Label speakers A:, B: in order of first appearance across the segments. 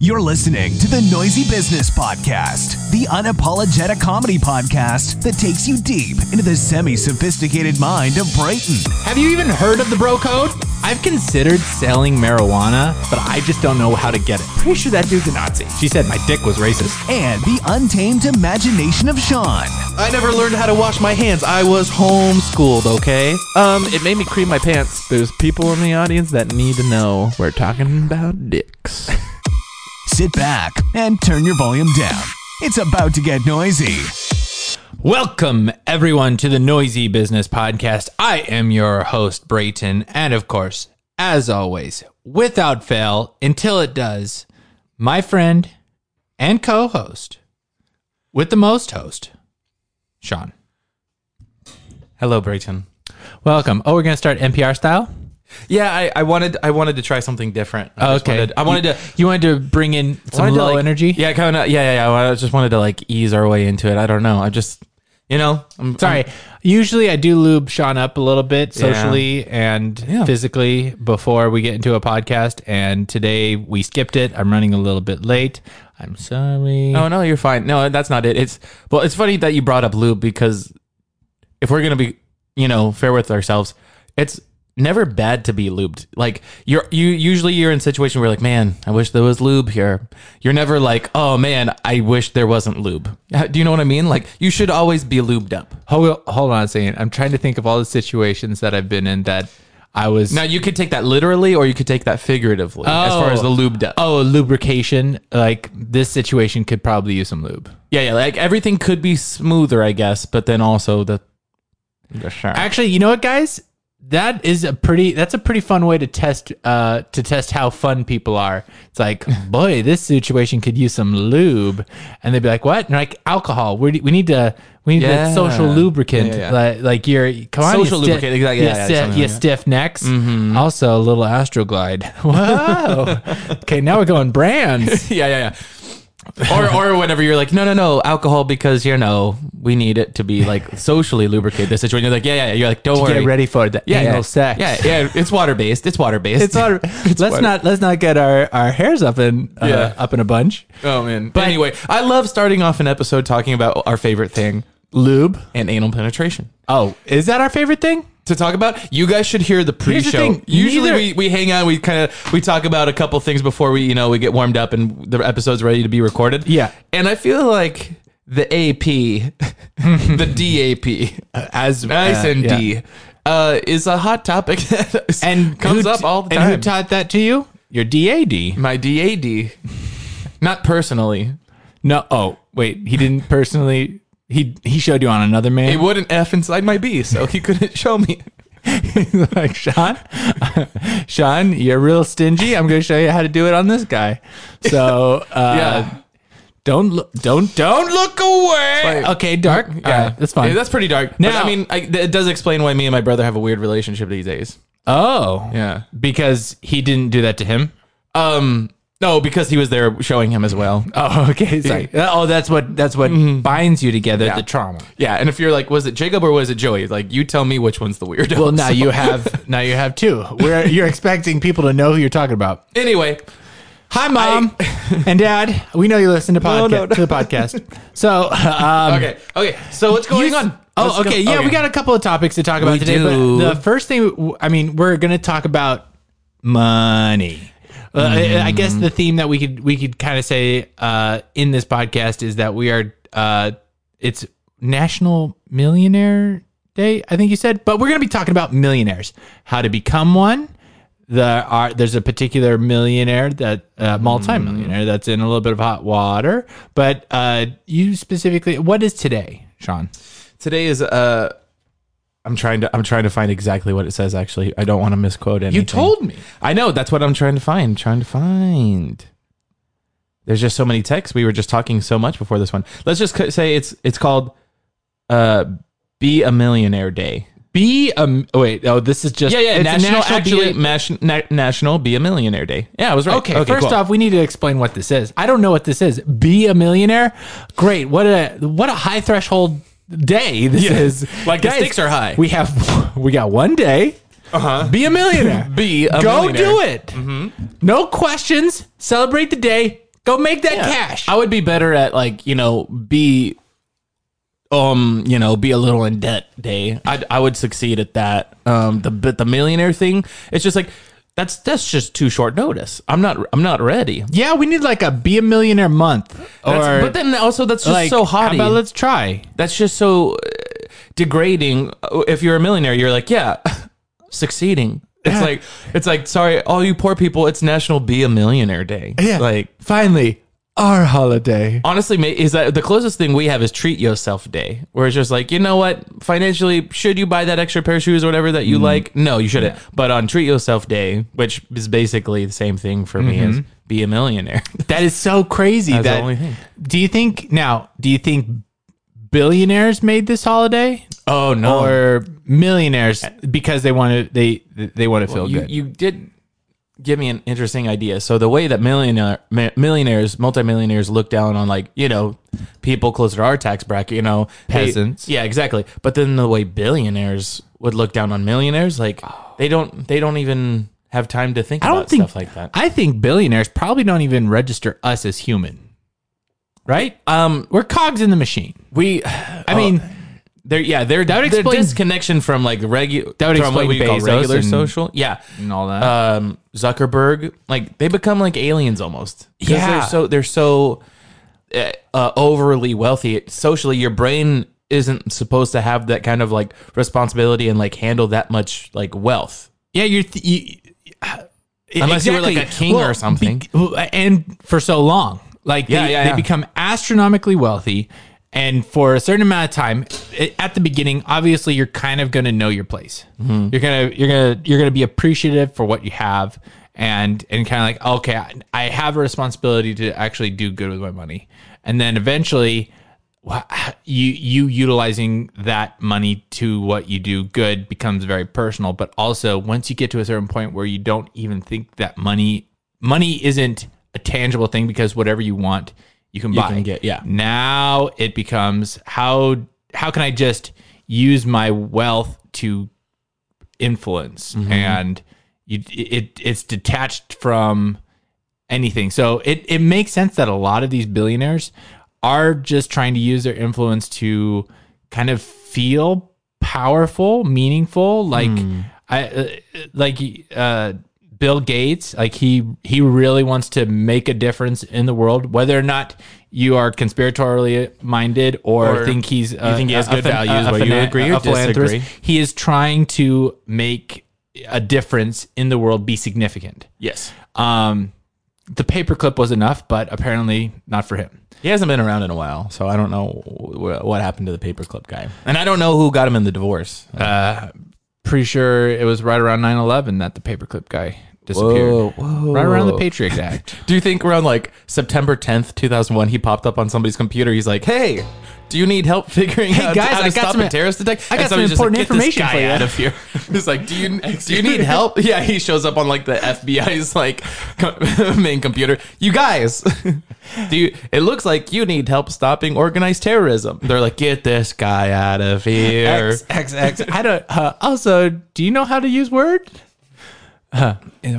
A: You're listening to the Noisy Business Podcast, the unapologetic comedy podcast that takes you deep into the semi sophisticated mind of Brighton.
B: Have you even heard of the bro code? I've considered selling marijuana, but I just don't know how to get it. Pretty sure that dude's a Nazi. She said my dick was racist.
A: and the untamed imagination of Sean.
C: I never learned how to wash my hands. I was homeschooled, okay? Um, it made me cream my pants. There's people in the audience that need to know we're talking about dicks.
A: Sit back and turn your volume down. It's about to get noisy.
B: Welcome, everyone, to the Noisy Business Podcast. I am your host, Brayton. And of course, as always, without fail, until it does, my friend and co host with the most host, Sean.
D: Hello, Brayton.
B: Welcome. Oh, we're going to start NPR style?
D: Yeah, I, I wanted I wanted to try something different. I just
B: okay.
D: wanted, I wanted
B: you,
D: to
B: You wanted to bring in some
D: wanted to,
B: low
D: like-
B: energy.
D: Yeah, kind of. Yeah, yeah, yeah. I just wanted to like ease our way into it. I don't know. I just, you know, I'm
B: Sorry. Usually I do lube Sean up a little bit socially and
D: Yeah.
B: physically before we get into a podcast. And today we skipped it. I'm running a little bit late. I'm sorry.
D: Oh no, you're fine. No, that's not it. It's well, it's funny that you brought up lube because if we're gonna be, you know, fair with ourselves, it's never bad to be lubed. Like you're you usually you're in a situation where you're like, man, I wish there was lube here. You're never like, oh man, I wish there wasn't lube. Uh, Do you know what I mean? Like you should always be lubed up.
B: Hold, hold on a second. I'm trying to think of all the situations that I've been in that I was.
D: Now you could take that literally, or you could take that figuratively as far as the lubed up.
B: Oh, lubrication. Like this situation could probably use some lube.
D: yeah, yeah. Like everything could be smoother, I guess, but then also the.
B: Actually, you know what, guys? That is a pretty. That's a pretty fun way to test. Uh, to test how fun people are. It's like, boy, this situation could use some lube, and they'd be like, "What?" And they're like, "Alcohol. We we need to. We need that
D: Yeah.
B: social lubricant.
D: Yeah, yeah.
B: Like, like you're come on,
D: Social
B: you sti-
D: lubricant, exactly,
B: You,
D: yeah, yeah,
B: sti-
D: something
B: you
D: like that. Mm-hmm.
B: stiff necks. Also, a little Astroglide. Whoa. okay, now we're going brands.
D: yeah, yeah, yeah. or or whenever you're like, no, no, no, alcohol because you know we need it to be like socially lubricate the situation. You're like, yeah, yeah, yeah. You're like, don't worry.
B: Get ready for the
D: Yeah,
B: anal
D: yeah,
B: sex.
D: Yeah, yeah. It's water based. It's water based.
B: It's not. let's not. Let's not get our our hairs up in uh,
D: Yeah.
B: up in a bunch.
D: Oh man. But anyway, I love starting off an episode talking about our favorite thing
B: Lube.
D: and anal penetration.
B: Oh, is that our favorite thing?
D: to talk about. You guys should hear the
B: Here's
D: pre-show.
B: the thing,
D: Usually
B: neither-
D: we, we hang out, we kind of we talk about a couple things before we you know we get warmed up and the episode's ready to be recorded.
B: Yeah.
D: and I feel like the AP, the DAP,
B: As uh,
D: nice and D, uh, is a hot topic that
B: and
D: comes
B: who-
D: up all the
B: and
D: time.
B: who taught that to you? Your DAD.
D: My DAD, not personally.
B: No. Oh, wait. He didn't personally. He he showed you on another
D: It
B: man.
D: wouldn't F inside my B, so he couldn't show me.
B: He's like Sean, Sean, you're real stingy. I'm going to show you how to do it on this guy. So uh,
D: Yeah.
B: don't look, don't don't look away.
D: Like-
B: okay, dark. Yeah, that's fine.
D: Yeah, that's pretty dark.
B: Now-
D: but, I mean, I, it does explain why me and my brother have a weird relationship these days.
B: oh,
D: Yeah.
B: because he didn't do that to him.
D: Um, no, because he was there showing him as well.
B: Oh, okay. Sorry. Oh, that's what that's what binds you together. The trauma.
D: Mm-hmm. Yeah, and if you're like, was it Jacob or was it Joey? Like, you tell me which one's the weirdo.
B: Well, now
D: So-
B: you have now you have two. Where you're expecting people to know who you're talking about.
D: Anyway,
B: Hi, mom and dad. We know you listen to podcast
D: no, no.
B: to the podcast. So um,
D: okay, okay. So what's going
B: you-
D: on?
B: Oh,
D: Let's go-
B: okay. Yeah, we got a couple of topics to talk about
D: We
B: today.
D: do.
B: But the first thing, I mean, we're going to talk about money. Uh, I, I
D: Mm-hmm.
B: guess the theme that we could we could kind of say uh, in this podcast is that we are uh, it's National Millionaire Day, I think you said, but we're going to be talking about millionaires, how to become one. There are there's a particular millionaire that uh, multimillionaire that's in a little bit of hot water, but uh, you specifically, what is today, Sean?
D: Today is uh, I'm trying to I'm trying to find exactly what it says. Actually, I don't want to misquote anything.
B: You told me.
D: I know that's what I'm trying to find. Trying to find. There's just so many texts. We were just talking so much before this one. Let's just c- say it's it's called uh, "Be a Millionaire Day."
B: Be um. Oh wait. Oh, this is just
D: Yeah, yeah.
B: it's
D: national, actually,
B: be-
D: mas- na- national Be a Millionaire Day. Yeah, I was right.
B: okay, First
D: cool.
B: off, we need to explain what this is. I don't know what this is. Be a millionaire. Great. What a what a high threshold day this is.
D: Like, the stakes are high.
B: We have we got one day. Uh-huh. Be a millionaire.
D: Be a
B: Go
D: millionaire. Mm-hmm.
B: do it. No questions. Celebrate the day. Go make that
D: Yeah.
B: cash.
D: I would be better at like you know be, um you know be a little in debt day. I I would succeed at that. Um the but the millionaire thing, it's just like that's that's just too short notice. I'm not I'm not ready.
B: yeah, we need like a be a millionaire month. Or
D: That's- but then also that's just
B: like,
D: so
B: how
D: haughty.
B: about let's try.
D: that's just so uh, degrading. Uh, If you're a millionaire, you're like yeah, succeeding. It's like it's like sorry, all you poor people. It's National Be a Millionaire Day. like
B: finally our holiday.
D: honestly ma- is that the closest thing we have is treat yourself day where it's just like you know what financially should you buy that extra pair of shoes or whatever that you like no you shouldn't but on treat yourself day which is basically the same thing for me as be a millionaire
B: That is so crazy.
D: That's the
B: that
D: only thing.
B: do you think now? Do you think billionaires made this holiday
D: oh
B: or millionaires because they want to they they want to feel
D: you,
B: good?
D: you did give me an interesting idea so the way that millionaire ma- millionaires multimillionaires look down on like you know people closer to our tax bracket you know they-
B: Peasants.
D: yeah exactly but then the way billionaires would look down on millionaires like they don't they don't even have time to think
B: Oh. I
D: about
B: don't think
D: stuff like that
B: I think billionaires probably don't even register us as human. Right?
D: um
B: We're cogs in the machine.
D: we
B: I mean,
D: they're yeah they're that
B: would
D: their
B: explain-
D: disconnection from like regular
B: That would
D: from what
B: explain
D: we call
B: Bezos
D: regular
B: and-
D: social yeah
B: and all that.
D: um, Zuckerberg, like they become like aliens almost. 'Cause
B: Yeah.
D: they're so they're so uh, uh, overly wealthy It- socially. Your brain isn't supposed to have that kind of like responsibility and like handle that much like wealth.
B: yeah, you're th- you,
D: Unless you were, like, a king or something.
B: bec- well, and for so long, like
D: Yeah,
B: they,
D: yeah,
B: they
D: yeah.
B: become astronomically wealthy, and for a certain amount of time, i- at the beginning, obviously you're kind of going to know your place.
D: Mm-hmm.
B: You're gonna you're gonna you're gonna be appreciative for what you have, and and kind of like okay, I, I have a responsibility to actually do good with my money, and then eventually. wha- You you utilizing that money to what you do good becomes very personal, but also once you get to a certain point where you don't even think that money money isn't a tangible thing because whatever you want you can buy
D: can get, yeah.
B: now it becomes how how can i just use my wealth to influence
D: Mm-hmm.
B: and you it it's detached from anything so it it makes sense that a lot of these billionaires are just trying to use their influence to kind of feel powerful meaningful like
D: Hmm.
B: i uh, like uh Bill Gates, like he he really wants to make a difference in the world, whether or not you are conspiratorially minded or,
D: Or
B: think he's uh,
D: think he has
B: a- a
D: good
B: phan-
D: values,
B: a
D: whether you
B: phana-
D: agree or
B: a philanthropist.
D: disagree.
B: He is trying to make a difference in the world be significant.
D: Yes,
B: Um, the paperclip was enough, but apparently not for him.
D: he hasn't been around in a while, so I don't know wh- what happened to the paperclip guy, and I don't know who got him in the divorce.
B: Pretty sure it was right around 9-11 that the paperclip guy disappeared.
D: Whoa, whoa.
B: Right around the Patriot Act.
D: Do you think around like September 10th, 2001, he popped up on somebody's computer? He's like, "Hey, do you need help figuring
B: Hey,
D: out
B: guys,
D: how to
B: I got
D: stop
B: some-
D: a terrorist attack?"
B: I got some
D: And somebody's just like,
B: important
D: "Get this
B: information
D: guy
B: for you."
D: Out of here, he's like, "Do you do you need help?" Yeah, he shows up on like the FBI's like co- main computer. You guys, do you? It looks like you need help stopping organized terrorism. They're like, "Get this guy out of here."
B: X, X, X. I don't. Uh, also, do you know how to use Word? Uh,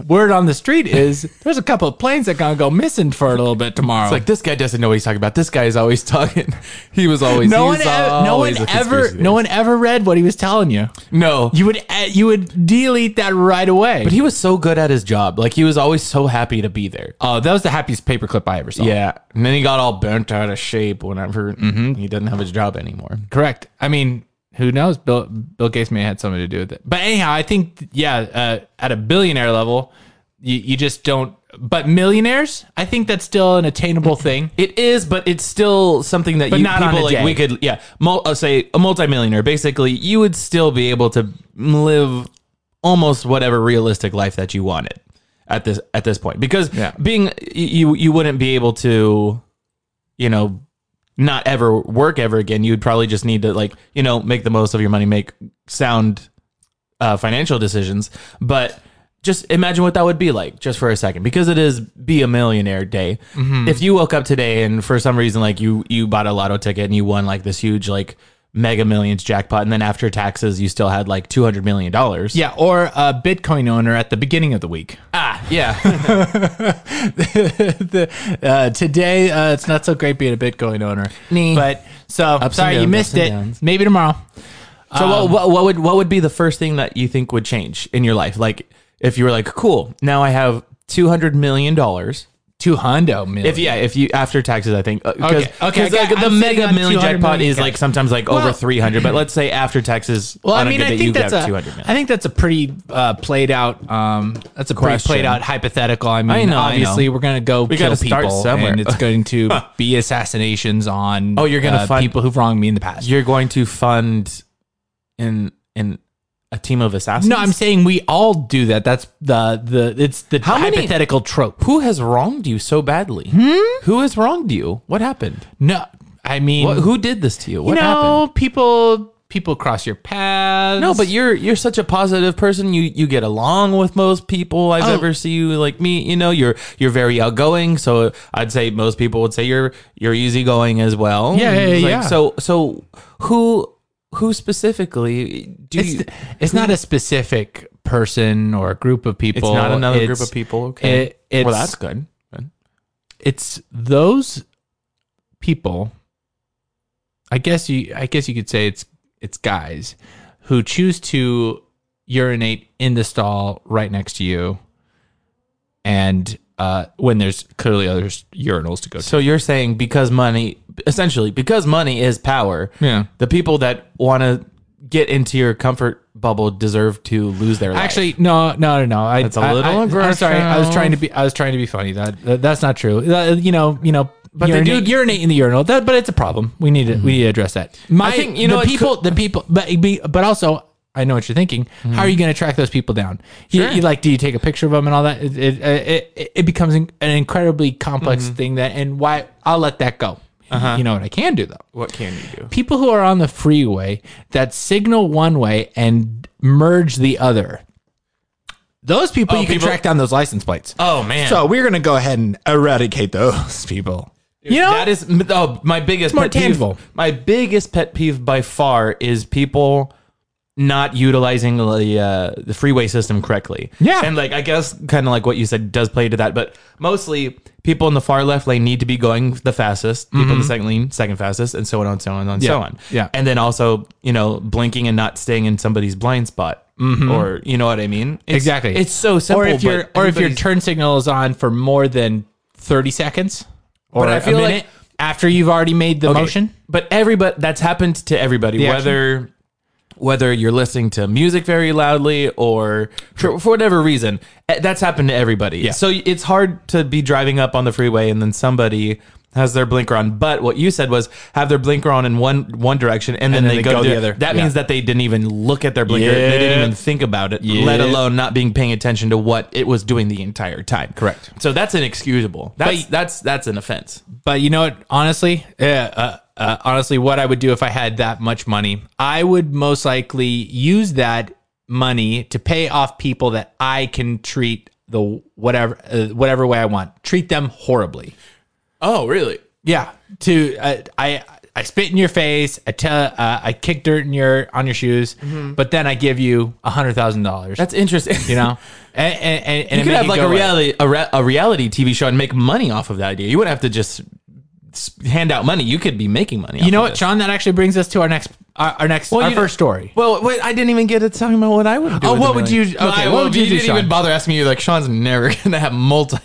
B: word on the street is there's a couple of planes that gonna go missing for a little bit tomorrow.
D: It's like this guy doesn't know what he's talking about. This guy is always talking. He was always
B: no one,
D: he was
B: ev- no
D: always
B: one
D: a
B: ever,
D: conspiracy
B: no one ever read what he was telling you.
D: No.
B: You would, uh, you would delete that right away.
D: but he was so good at his job. Like he was always so happy to be there.
B: oh, that was the happiest paperclip I ever saw.
D: Yeah. And then he got all burnt out of shape whenever
B: Mm-hmm.
D: he doesn't have his job anymore.
B: correct. I mean, who knows? Bill Bill Gates may have had something to do with it. But anyhow, I think yeah, uh, at a billionaire level, you, you just don't. But millionaires, I think that's still an attainable thing.
D: It is, but it's still something that
B: But
D: you
B: not on
D: people
B: a
D: like.
B: day.
D: We could, yeah, mul- uh, say a multimillionaire. Basically, you would still be able to live almost whatever realistic life that you wanted at this at this point. Because
B: Yeah.
D: being y- you, you wouldn't be able to, you know, not ever work ever again. You'd probably just need to like you know make the most of your money, make sound uh, financial decisions. But just imagine what that would be like just for a second, because it is be a millionaire day.
B: Mm-hmm.
D: If you woke up today and for some reason like you you bought a lotto ticket and you won like this huge like mega millions jackpot, and then after taxes, you still had like two hundred million dollars.
B: Yeah, or a Bitcoin owner at the beginning of the week.
D: ah, yeah,
B: The- uh, today, uh, it's not so great being a Bitcoin owner.
D: Nee.
B: But so,
D: and
B: sorry, you
D: downs,
B: missed
D: ups and
B: it.
D: downs.
B: Maybe tomorrow.
D: So what,
B: Um,
D: what what would what would be the first thing that you think would change in your life? Like if you were like, cool, now I have two hundred million dollars.
B: Two hundo million.
D: If yeah, if you after taxes, I think uh, cause,
B: Okay, okay,
D: 'cause,
B: I
D: like,
B: got-
D: the
B: I'm sitting
D: mega
B: on
D: million
B: 200
D: jackpot
B: million
D: is like
B: cash.
D: sometimes like
B: Well-
D: over three hundred, but let's say after taxes,
B: well, I
D: on a
B: mean,
D: good
B: I
D: day,
B: think
D: you
B: that's
D: have
B: a.
D: 200 million.
B: I think that's a pretty uh, played out. Um, that's a
D: Question.
B: pretty played out hypothetical. I mean,
D: I know, I
B: obviously, we're gonna go
D: We
B: kill
D: gotta start
B: people,
D: somewhere.
B: and it's going to be assassinations on.
D: Oh, you're gonna
B: uh,
D: find-
B: people who've wronged me in the past.
D: you're going to fund in in a team of assassins.
B: No, I'm saying we all do that. That's the the it's the
D: How many-
B: hypothetical trope.
D: who has wronged you so badly? Who has wronged you? What happened?
B: No, I mean,
D: What, who did this to you? What
B: you know,
D: happened?
B: people people cross your paths.
D: No, but you're you're such a positive person. You you get along with most people I've
B: Oh.
D: ever seen you like me. You know, you're you're very outgoing. So I'd say most people would say you're you're easygoing as well.
B: Yeah, yeah,
D: It's
B: yeah.
D: So so who who specifically do
B: it's,
D: you?
B: it's not a specific person or a group of people.
D: it's not another group
B: It's-
D: of people. Okay,
B: it- it's,
D: well that's good.
B: it's those people. I guess you. I guess you could say it's it's guys who choose to urinate in the stall right next to you, and uh, when there's clearly other urinals to go to.
D: So you're saying because money, essentially, because money is power.
B: Yeah.
D: The people that want to get into your comfort bubble deserve to lose their. life.
B: Actually, no, no, no, no. I,
D: That's a
B: I-
D: little
B: I, I'm sorry. I was
D: aggressive.
B: trying to be. I was trying to be funny. That, that that's not true. That- you know, you know. But
D: they
B: urinate,
D: do-
B: urinate in the urinal. That, but it's a problem. We need to we need to address that. My,
D: think, you
B: the
D: know, it
B: people. the people. But it'd be, but also, I know what you're thinking. How are you going to track those people down? You,
D: Sure.
B: you like, do you take a picture of them and all that? It it, it, it, it becomes an incredibly complex
D: Mm-hmm.
B: thing. That and why I'll let that go.
D: Uh-huh.
B: You know what I can do though
D: what can you do?
B: people who are on the freeway that signal one way and merge the other. Those people
D: Oh,
B: you can
D: people-
B: track down those license plates.
D: Oh man.
B: so we're gonna go ahead and eradicate those people. You know,
D: that is oh, my biggest
B: more
D: pet peeve-
B: tangible.
D: My biggest pet peeve by far is people not utilizing the uh, the freeway system correctly.
B: Yeah.
D: and like I guess kind of like what you said does play to that, but mostly people in the far left lane need to be going the fastest, people in the second lane second fastest, and so on and so on and so
B: Mm-hmm. Yeah.
D: on.
B: Yeah.
D: and then also you know blinking and not staying in somebody's blind spot, or you know what I mean? It's-
B: Mm-hmm. exactly.
D: It's so simple.
B: Or if
D: but
B: your or if your
D: everybody's-
B: turn signal is on for more than thirty seconds, or
D: But I feel
B: a
D: like-
B: minute after you've already made the
D: Okay.
B: motion.
D: But everybody that's happened to everybody,
B: The
D: whether whether you're listening to music very loudly or for, for whatever reason, eh, that's happened to everybody. So it's hard to be driving up on the freeway and then somebody has their blinker on. But what you said was have their blinker on in one one direction and, then, they, go, the other. That
B: Yeah.
D: means that they didn't even look at their blinker. They didn't
B: Yeah.
D: even think about it, let
B: Yeah.
D: alone not being paying attention to what it was doing the entire time.
B: Correct.
D: So that's inexcusable. That's that's that's an offense.
B: but you know what? Honestly, yeah, uh, uh, honestly, what I would do if I had that much money, I would most likely use that money to pay off people that I can treat the whatever uh, whatever way I want. Treat them horribly.
D: Oh, really?
B: Yeah. To uh, I I spit in your face. I tell uh, I kick dirt in your on your shoes, but then I give you a hundred thousand dollars.
D: Mm-hmm. That's interesting.
B: you know, and and, and, and
D: you could
B: make
D: have
B: it
D: like
B: go
D: a
B: away.
D: reality a, re- a reality TV show and make money off of that idea. You wouldn't have to just s- hand out money. You could be making money.
B: You know what, Sean? That actually brings us to our next our, our next our
D: you-
B: first story.
D: Well, wait, I didn't even get to talking about what I would do.
B: Oh,
D: with
B: what
D: the
B: would
D: million.
B: you- okay,
D: I-
B: what
D: well,
B: would you do,
D: didn't
B: Sean?
D: even bother asking me. You're like, Sean's never gonna have multi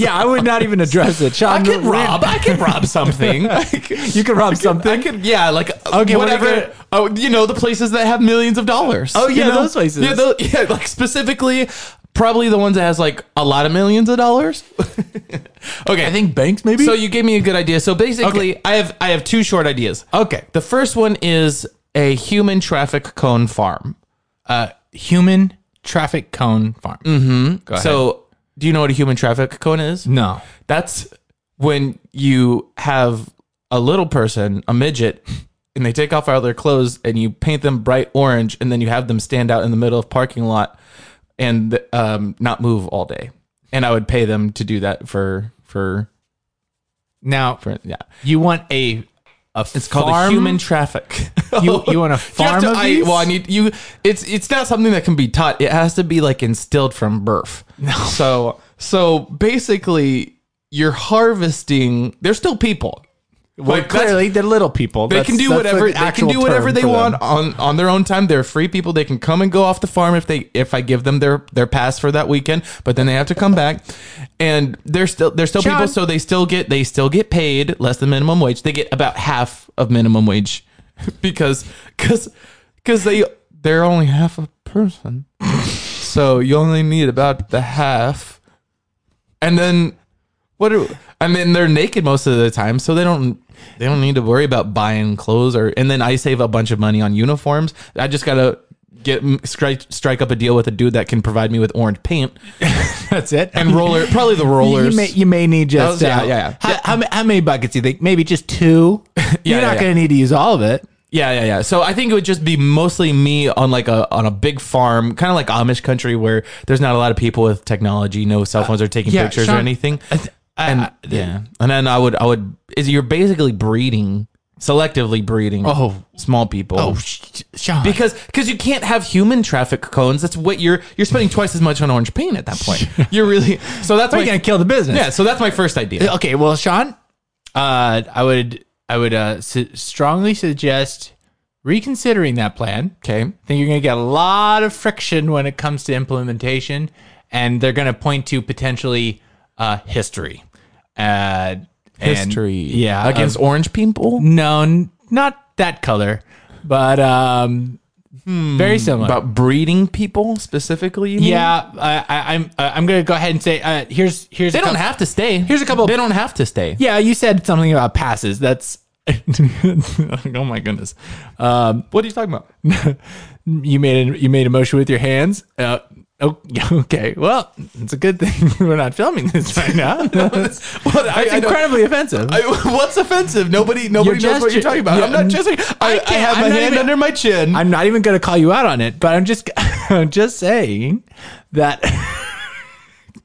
B: yeah, I would not even address it. Sean,
D: I could rob. I could rob something.
B: You could rob something.
D: I could, yeah, like
B: Okay,
D: okay,
B: what are you
D: whatever.
B: gonna-
D: oh, you know the places that have millions of dollars.
B: Oh, yeah,
D: you know?
B: those places.
D: Yeah, tho- yeah, like specifically, probably the ones that has like a lot of millions of dollars. okay, I think
B: banks, maybe?
D: So you gave me a good idea. So basically, I have I have two short ideas.
B: Okay.
D: the first one is a human traffic cone farm.
B: Human traffic cone farm.
D: So do you know what a human traffic cone is?
B: Mm-hmm. No.
D: That's when you have a little person, a midget, and they take off all their clothes and you paint them bright orange, and then you have them stand out in the middle of parking lot and um, not move all day. And I would pay them to do that for for
B: Now
D: for yeah.
B: you want a a a
D: It's called
B: farm?
D: a human traffic.
B: You- you want a
D: You have
B: farm
D: to-
B: of
D: I-
B: these?
D: well, I need you. It's it's not something that can be taught. It has to be like instilled from birth. No. So so basically, you're harvesting. They're still people.
C: Well,
D: Like, that's-
C: clearly they're little people.
D: they
C: That's-
D: can do
C: that's the
D: whatever they can
C: actual
D: do whatever
C: term
D: they
C: for them.
D: want on on their own time. They're free people. They can come and go off the farm if they if I give them their their pass for that weekend. But then they have to come back, and they're still they're still people. So they still get they still get paid less than minimum wage. They get about half of minimum wage because because because they they're only half a person. so you only need about the half, and then what do I mean? They're naked most of the time, so they don't they don't need to worry about buying clothes or. And then I save a bunch of money on uniforms. I just gotta get strike strike up a deal with a dude that can provide me with orange paint
B: That's it.
D: and roller, probably the
B: You-
D: rollers.
B: You may, you may need just
D: Those- yeah,
B: uh,
D: yeah,
B: How, How, ma- how many buckets do you think? Maybe just two. You're
D: yeah,
B: not
D: yeah.
B: going to need to use all of it.
D: yeah, yeah, yeah. So I think it would just be mostly me on like a on a big farm, kind of like Amish country where there's not a lot of people with technology, no cell phones or taking
B: yeah,
D: pictures
B: Sean,
D: or anything.
B: And
D: yeah, and then I would I would is you're basically breeding selectively breeding
B: Oh.
D: small people
B: oh, sh- Sean.
D: because because you can't have human traffic cones. That's what you're you're spending twice as much on orange paint at that point. You're really so that's
B: we're going
D: my,
B: to kill the business.
D: yeah. So that's my first idea.
B: Okay, well, Sean, uh, I would I would uh, su- strongly suggest reconsidering that plan.
D: Okay.
B: I think you're going to get a lot of friction when it comes to implementation, and they're going to point to potentially uh, history. Uh, and- yeah,
D: against
B: of-
D: orange people.
B: no, n- not that color, but um,
D: Hmm,
B: very similar.
D: About breeding people specifically, you mean?
B: yeah, I, I, I'm uh, I'm going to go ahead and say uh, here's here's
D: They
B: a
D: don't
B: couple-
D: have to stay.
B: Here's a couple-
D: They don't have to stay.
B: Yeah, you said something about passes. That's oh my goodness. Um,
D: What are you talking about?
B: you made a, you made a motion with your hands. Uh, oh, okay. Well, it's a good thing we're not filming this right now. that's
D: What, I, I don't-
B: incredibly offensive.
D: I, what's offensive? Nobody, nobody knows what
B: gesture-
D: you're talking about.
B: yeah,
D: I'm not gesturing. I, I,
B: can't-
D: have
B: I'm
D: my
B: not
D: hand
B: even-
D: under my chin.
B: I'm not even going to call you out on it, but I'm just I'm just saying that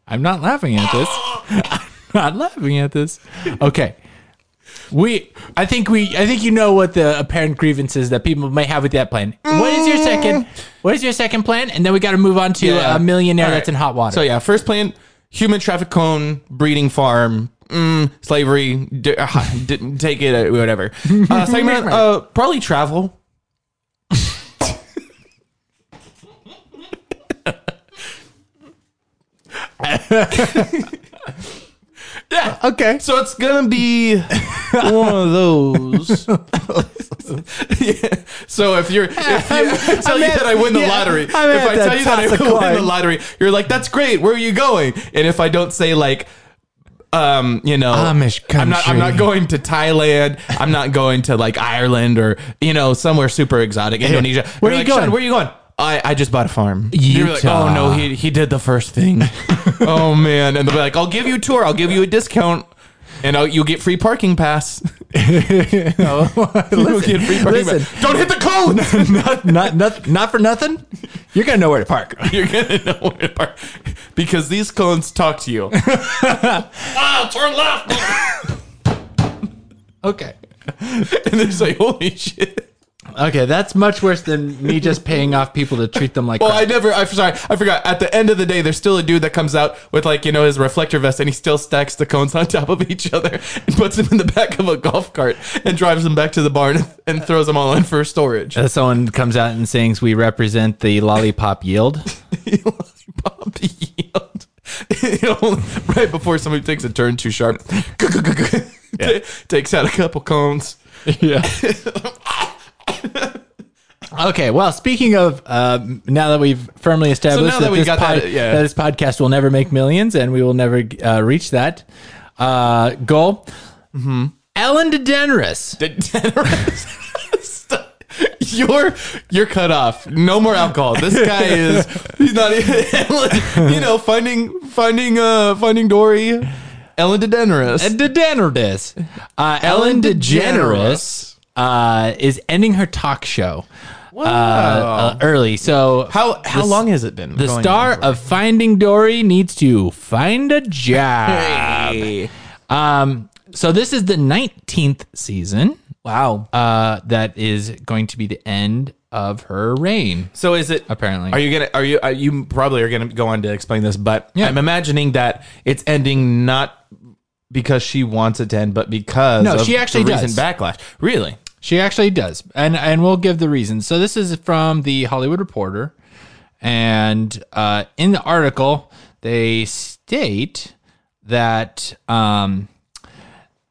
B: I'm not laughing at this. I'm not laughing at this. Okay. We I think we I think you know what the apparent grievances that people may have with that plan. What is your second What is your second plan? And then we got to move on to
D: Mm. Yeah, yeah.
B: a millionaire
D: All right.
B: that's in hot water.
D: So yeah, first plan: human traffic cone, breeding farm, mm, slavery. D- uh, didn't take it, uh, whatever. Uh, second plan: uh, probably travel. yeah.
B: okay.
D: So it's gonna be one of those. Yeah. So if you're, if you tell you
B: at-
D: that I win the
B: yeah,
D: lottery, if
B: I'm at
D: I
B: that
D: tell you that I
B: toss a
D: win the
B: coin.
D: lottery, you're like, that's great. Where are you going? And if I don't say like, um, you know,
B: Amish
D: I'm not. I'm not
B: country.
D: going to Thailand. I'm not going to like Ireland or you know somewhere super exotic, Indonesia.
B: where
D: You're
B: are you
D: like, "Sean,
B: going?"
D: Where are you going? I, I just bought a farm. You're like,
B: Utah.
D: oh no, he he did the first thing. oh man, and they'll be like, I'll give you a tour. I'll give you a discount, and I'll, you'll get free parking pass. you'll get free parking
B: listen.
D: pass. Don't hit the cone.
B: not, not not not for nothing. You're going to know where to park.
D: You're gonna know where to park because these cones talk to you. ah, turn left.
B: Okay.
D: and they're just like, holy shit.
B: Okay, that's much worse than me just paying off people to treat them like
D: Well,
B: crap.
D: I never. I'm sorry. I forgot. At the end of the day, there's still a dude that comes out with like you know his reflector vest, and he still stacks the cones on top of each other and puts them in the back of a golf cart and drives them back to the barn and throws them all in for storage.
B: Uh, someone comes out and sings, "We represent the lollipop yield."
D: Lollipop yield. You know, right before somebody takes a turn too sharp, takes out a couple cones.
B: yeah. okay. Well, speaking of um, now that we've firmly established
D: now
B: that,
D: that we
B: this
D: got
B: pod-
D: that, yeah.
B: that this podcast will never make millions and we will never uh, reach that uh, goal, Mm-hmm. Ellen DeGeneres.
D: you're you're cut off. No more alcohol. This guy is he's not even you know finding finding uh finding Dory Ellen DeGeneres.
B: DeGeneres. Uh, Ellen DeGeneres uh, is ending her talk show uh, uh, early. So
D: How how
B: This-
D: long has it been?
B: The star of Finding Dory needs to find a job. Um, so this is the 19th season
D: Wow.
B: Uh, that is going to be the end of her reign.
D: So is it
B: Apparently,
D: Are you gonna? Are you? Uh, you probably are gonna go on to explain this, but
B: Yeah.
D: I'm imagining that it's ending not because she wants it to end, but because
B: No,
D: of
B: she actually
D: the
B: does.
D: recent backlash. Really?
B: She actually does, and and we'll give the reason. So this is from the Hollywood Reporter, and uh, in the article they state that um,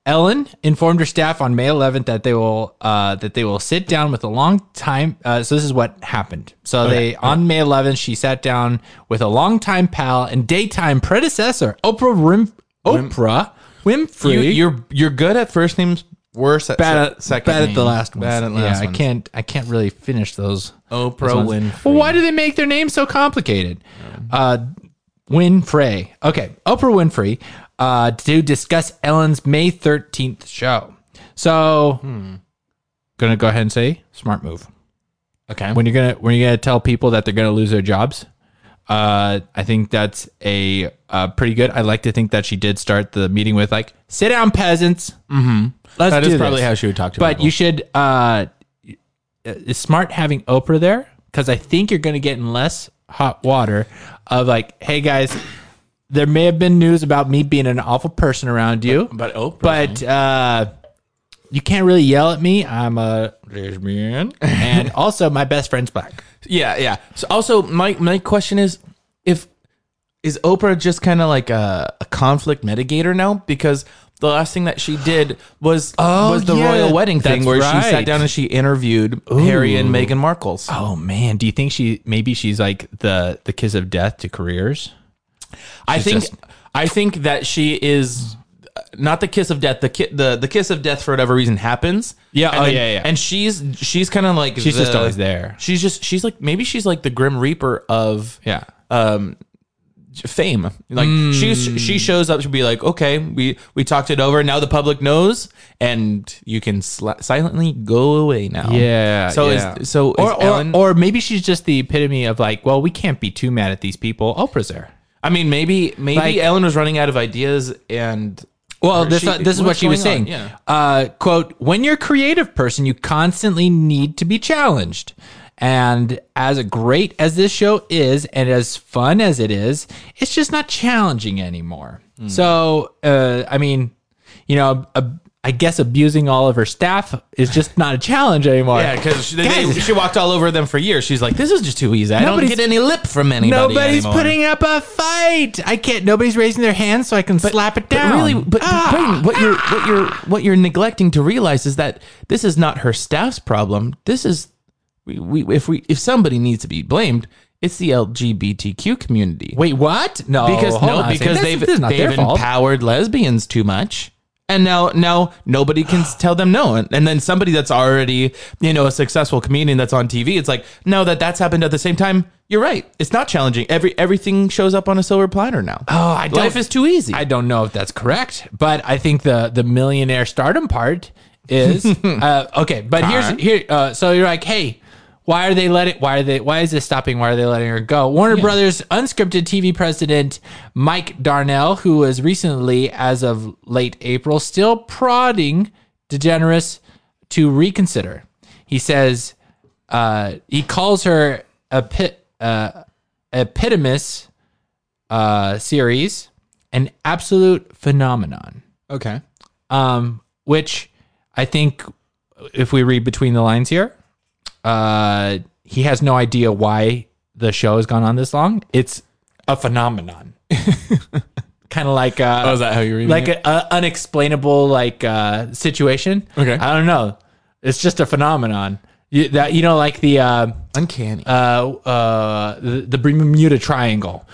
B: Ellen informed her staff on May 11th that they will uh, that they will sit down with a long time. Uh, so this is what happened. So they on May 11th she sat down with a longtime pal and daytime predecessor Oprah Rim- Oprah Winfrey.
D: You, you're you're good at first names, worse at
B: bad
D: se-
B: at
D: second.
B: bad at the
D: names.
B: last one.
D: Bad at last
B: yeah,
D: ones.
B: I can't I can't really finish those.
D: Oprah
B: those ones.
D: Winfrey.
B: Well, why do they make their names so complicated? Uh, Winfrey. Okay, Oprah Winfrey uh, to discuss Ellen's May thirteenth show. So,
D: Hmm.
B: gonna go ahead and say smart move
D: Okay.
B: when you're gonna when you're gonna tell people that they're gonna lose their jobs. Uh, I think that's a uh, pretty good. I like to think that she did start the meeting with like, "Sit down, peasants." Mm-hmm. Let's
D: That
B: do
D: is probably
B: this."
D: how she would talk to
B: But
D: people.
B: you should. Uh, it's smart having Oprah there because I think you're going to get in less hot water of like, hey guys, there may have been news about me being an awful person around you,
D: but Oprah,
B: but uh, you can't really yell at me. I'm a lesbian, and also my best friend's black.
D: Yeah, yeah. So also, my my question is, if is Oprah just kind of like a, a conflict mitigator now? Because the last thing that she did was was the
B: Oh, yeah,
D: royal wedding thing,
B: that's
D: where she
B: right.
D: sat down and she interviewed Harry and Meghan Markle's.
B: Oh man, do you think she maybe she's like the the kiss of death to careers?
D: I think
B: just-
D: I think that she is uh, not the kiss of death. The ki- the the kiss of death for whatever reason happens.
B: Yeah,
D: And
B: oh,
D: then-
B: yeah, yeah.
D: And she's she's kind of like
B: She's
D: the-
B: just always there.
D: She's just she's like maybe she's like the grim reaper of
B: Yeah.
D: um fame like she's she shows up to be like okay we we talked it over now the public knows and you can sli- silently go away now
B: Yeah.
D: so
B: yeah.
D: is so
B: or,
D: is
B: or,
D: Ellen,
B: or maybe she's just the epitome of like, well, we can't be too mad at these people. Oprah's there.
D: i mean maybe maybe
B: Like-
D: ellen was running out of ideas and
B: Well,
D: Or
B: this,
D: she-
B: this is what
D: what's
B: she was
D: going on?
B: saying.
D: Yeah.
B: Uh, quote, when you're a creative person, you constantly need to be challenged. And as great as this show is and as fun as it is, it's just not challenging anymore. So, uh, I mean, you know, ab- I guess abusing all of her staff is just not a challenge anymore.
D: yeah because she, they-
B: Guys.
D: she walked all over them for years she's like this is just too easy i
B: Nobody's-
D: don't get any lip from anybody
B: Nobody's
D: anymore.
B: putting up a fight. I can't. Nobody's raising their hands so I can slap it down. Ah.
D: But really, but, but Brayden, what you're what you're what you're neglecting to realize is that this is not her staff's problem. This is we, we if we if somebody needs to be blamed, it's the LGBTQ community.
B: Wait, what? No,
D: because
B: hold
D: no,
B: on a second.
D: because
B: That's-
D: they've
B: this is not
D: they've
B: their fault.
D: empowered lesbians too much. And now, now nobody can s- tell them no. And, and then somebody that's already, you know, a successful comedian that's on TV, it's like, no, that that's happened at the same time. You're right. It's not challenging. Every everything shows up on a silver platter now.
B: Oh, I don't-
D: life is too easy.
B: I don't know if that's correct, but I think the the millionaire stardom part is uh, okay. But here's here. Uh, so you're like, hey, why are they letting? Why are they? Why is this stopping? Why are they letting her go? Warner Brothers unscripted TV president Mike Darnell, who was recently, as of late April, still prodding DeGeneres to reconsider. He says uh, he calls her a pit. Uh, epitomous uh, series, an absolute phenomenon.
D: okay.
B: Um, which I think, if we read between the lines here, uh, he has no idea why the show has gone on this long. It's a phenomenon, kind of like uh,
D: Oh, is that how you read
B: like an unexplainable like uh, situation.
D: Okay.
B: I don't know. It's just a phenomenon. You, that you know, like the. Uh,
D: Uncanny.
B: uh, uh, the, the Bermuda Triangle.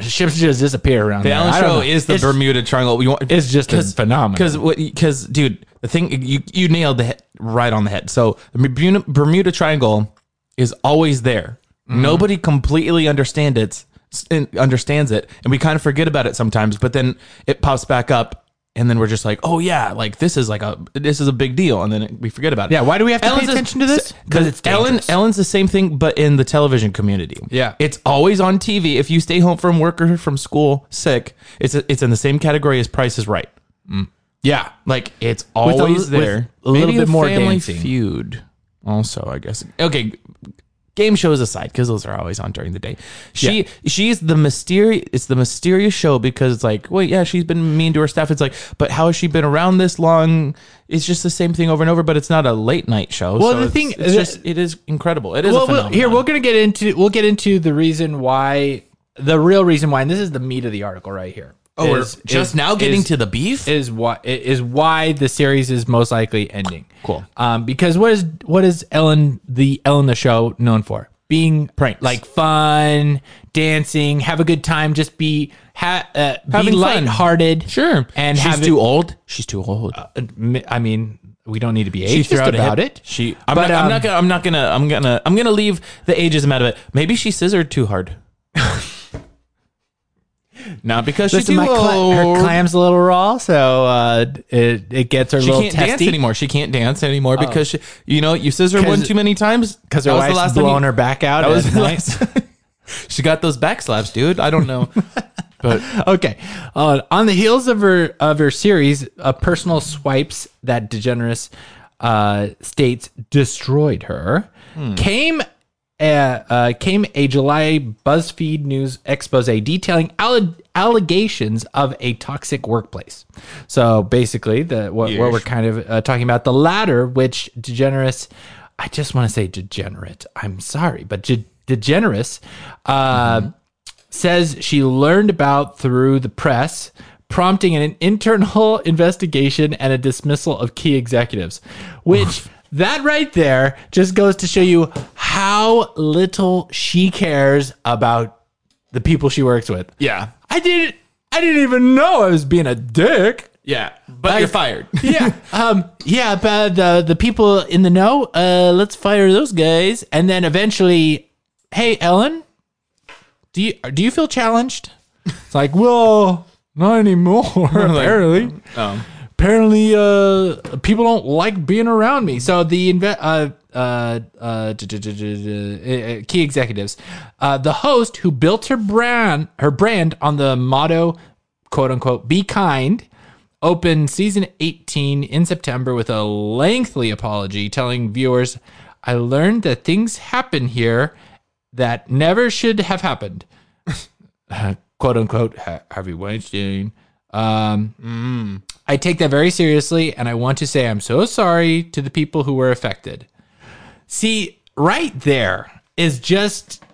B: Ships just disappear around
D: The
B: there.
D: Ellen
B: I don't
D: Show
B: know.
D: is the
B: it's,
D: Bermuda Triangle. You want
B: It's just a phenomenon.
D: because what because dude, the thing you you nailed the head, right on the head. So the Bermuda, Bermuda Triangle is always there.
B: Mm-hmm.
D: Nobody completely understand it and understands it, and we kind of forget about it sometimes. But then it pops back up, and then we're just like, oh yeah, like this is like a this is a big deal, and then it, we forget about it.
B: Yeah, why do we have to pay
D: Ellen's is-
B: attention to this? 'Cause it's
D: Ellen
B: dangerous.
D: Ellen's the same thing, but in the television community.
B: Yeah.
D: it's always on TV. If you stay home from work or from school sick, it's it's in the same category as Price is Right.
B: Yeah.
D: Like it's
C: With a
D: always
C: li- with
D: there.
C: a little bit more
D: Family
C: dancing.
D: Feud. Also, I guess. Okay. Game shows aside, because those are always on during the day. She she's the mysterious. It's the mysterious show because it's like, wait, yeah, she's been mean to her staff. It's like, but how has she been around this long? It's just the same thing over and over. But it's not a late night show.
B: Well,
D: so
B: the
D: it's-
B: thing-
D: it's just it is incredible. It is
B: well, we'll-
D: a phenomenon.
B: here we're gonna get into we'll get into the reason why the real reason why and this is the meat of the article right here.
D: Oh, we're
B: is-
D: just
B: is-
D: now getting
B: is-
D: to the beef.
B: is why is why the series is most likely ending.
D: Cool.
B: Um, because what is what is Ellen the Ellen the show known for? Being
D: Pranks.
B: like fun, dancing, have a good time, just be ha, uh, be
D: Having fun.
B: lighthearted.
D: sure.
B: and
D: she's
B: have it-
D: too old. She's too old.
B: I mean, we don't need to be
D: She's
B: aged
D: just
B: out about
D: hip-
B: it.
D: She. I'm,
B: But,
D: not, I'm
B: um,
D: not gonna. I'm not gonna. I'm gonna. I'm gonna leave the ageism out of it. Maybe she scissored too hard. not because she's
B: Listen,
D: too
B: my cla-
D: old.
B: her clam's a little raw, so uh, it it gets her a
D: she
B: little
D: can't dance
B: testy Oh.
D: anymore. She can't dance anymore because she, you know you scissor
B: 'Cause-
D: one too many times.
B: because her
D: That was the
B: wife's
D: time you-
B: blowing her back out.
D: That was
B: at
D: the
B: night.
D: last. she got those back slaps, dude. I don't know. But
B: okay. Uh, on the heels of her of her series, uh, personal swipes that DeGeneres uh, states destroyed her, came uh, uh, came a July BuzzFeed news expose detailing alle- allegations of a toxic workplace. So basically, the what, what we're kind of uh, talking about the latter, which DeGeneres, I just want to say degenerate. I'm sorry, but de- DeGeneres. Uh, says she learned about through the press, prompting an internal investigation and a dismissal of key executives, which that right there just goes to show you how little she cares about the people she works with.
D: yeah,
B: I didn't I didn't even know I was being a dick.
D: yeah. But
B: Like-
D: you're fired.
B: Yeah. um, yeah, but uh, the people in the know, uh, let's fire those guys. And then eventually, hey, Ellen, do you, do you feel challenged? It's like, well, not anymore, apparently.
D: Um,
B: Apparently, uh, people don't like being around me. So the inve- uh, uh, uh, duh, duh, duh, duh, duh, uh, uh, key executives, uh, the host who built her brand, her brand on the motto, quote unquote, "Be kind," opened season 18 in September with a lengthy apology, telling viewers, "I learned that things happen here that never should have happened." Uh, quote unquote Ha- Harvey Weinstein. Um,
D: Mm.
B: I take that very seriously, and I want to say I'm so sorry to the people who were affected. See, right there is just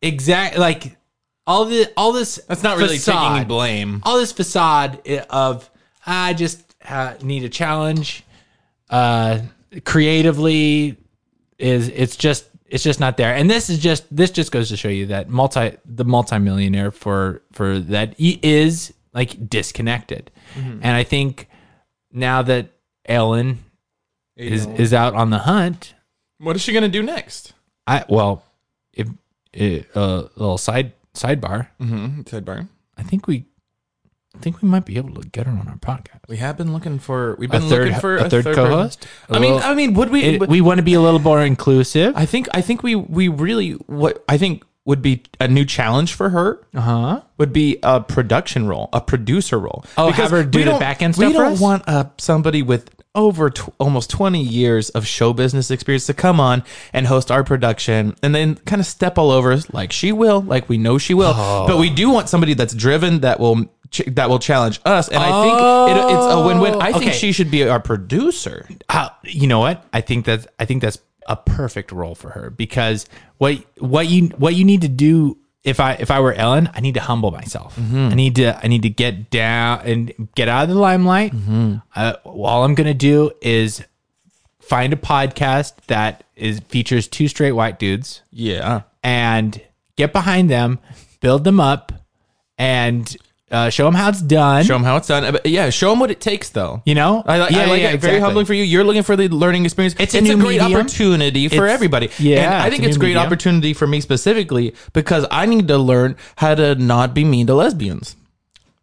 B: exact like all the all this.
D: That's not really taking
B: facade,
D: blame.
B: All this facade i- of I just uh, need a challenge. Uh, creatively, is it's just it's just not there. And this is just this just goes to show you that multi the multimillionaire for for that he is like disconnected. And I think now that Ellen is is out on the hunt,
D: What is she gonna do next?
B: I well, if eh, a little side sidebar,
D: Mm-hmm. Sidebar.
B: I think we I think we might be able to get her on our podcast.
D: We have been looking for. We've
B: A
D: been
B: third,
D: looking for
B: a third
D: person.
B: co-host. A
D: I mean,
B: little-
D: I mean, would we?
B: it-
D: would-
B: we want to be a little more inclusive.
D: I think I think we we really what I think would be a new challenge for her
B: Uh huh.
D: would be a production role, a producer role.
B: Oh, have her do
D: we
B: the
D: don't-
B: back-end
D: We
B: stuff for
D: don't
B: us?
D: want uh, somebody with over tw- almost 20 years of show business experience to come on and host our production and then kind of step all over us like she will, like we know she will.
B: Oh.
D: But we do want somebody that's driven that will ch- that will challenge us and I think it, it's a win-win. I think
B: Oh, Okay.
D: she should be our producer.
B: how you know what I think that's I think that's a perfect role for her because what what you what you need to do if I if I were Ellen I need to humble myself I need to I need to get down and get out of the limelight uh, all I'm gonna do is find a podcast that is features two straight white dudes
D: Yeah.
B: and get behind them build them up and uh, show them how it's done
D: Show them how it's done. Uh, but Yeah, show them what it takes, though.
B: you know
D: I, li- I like it. Very
B: exactly.
D: humbling for you. You're looking for the learning experience.
B: It's a new
D: great
B: medium.
D: opportunity for
B: It's-
D: everybody.
B: yeah,
D: and I
B: it's
D: think
B: a
D: it's a
B: new
D: great
B: medium.
D: opportunity for me specifically because I need to learn how to not be mean to lesbians.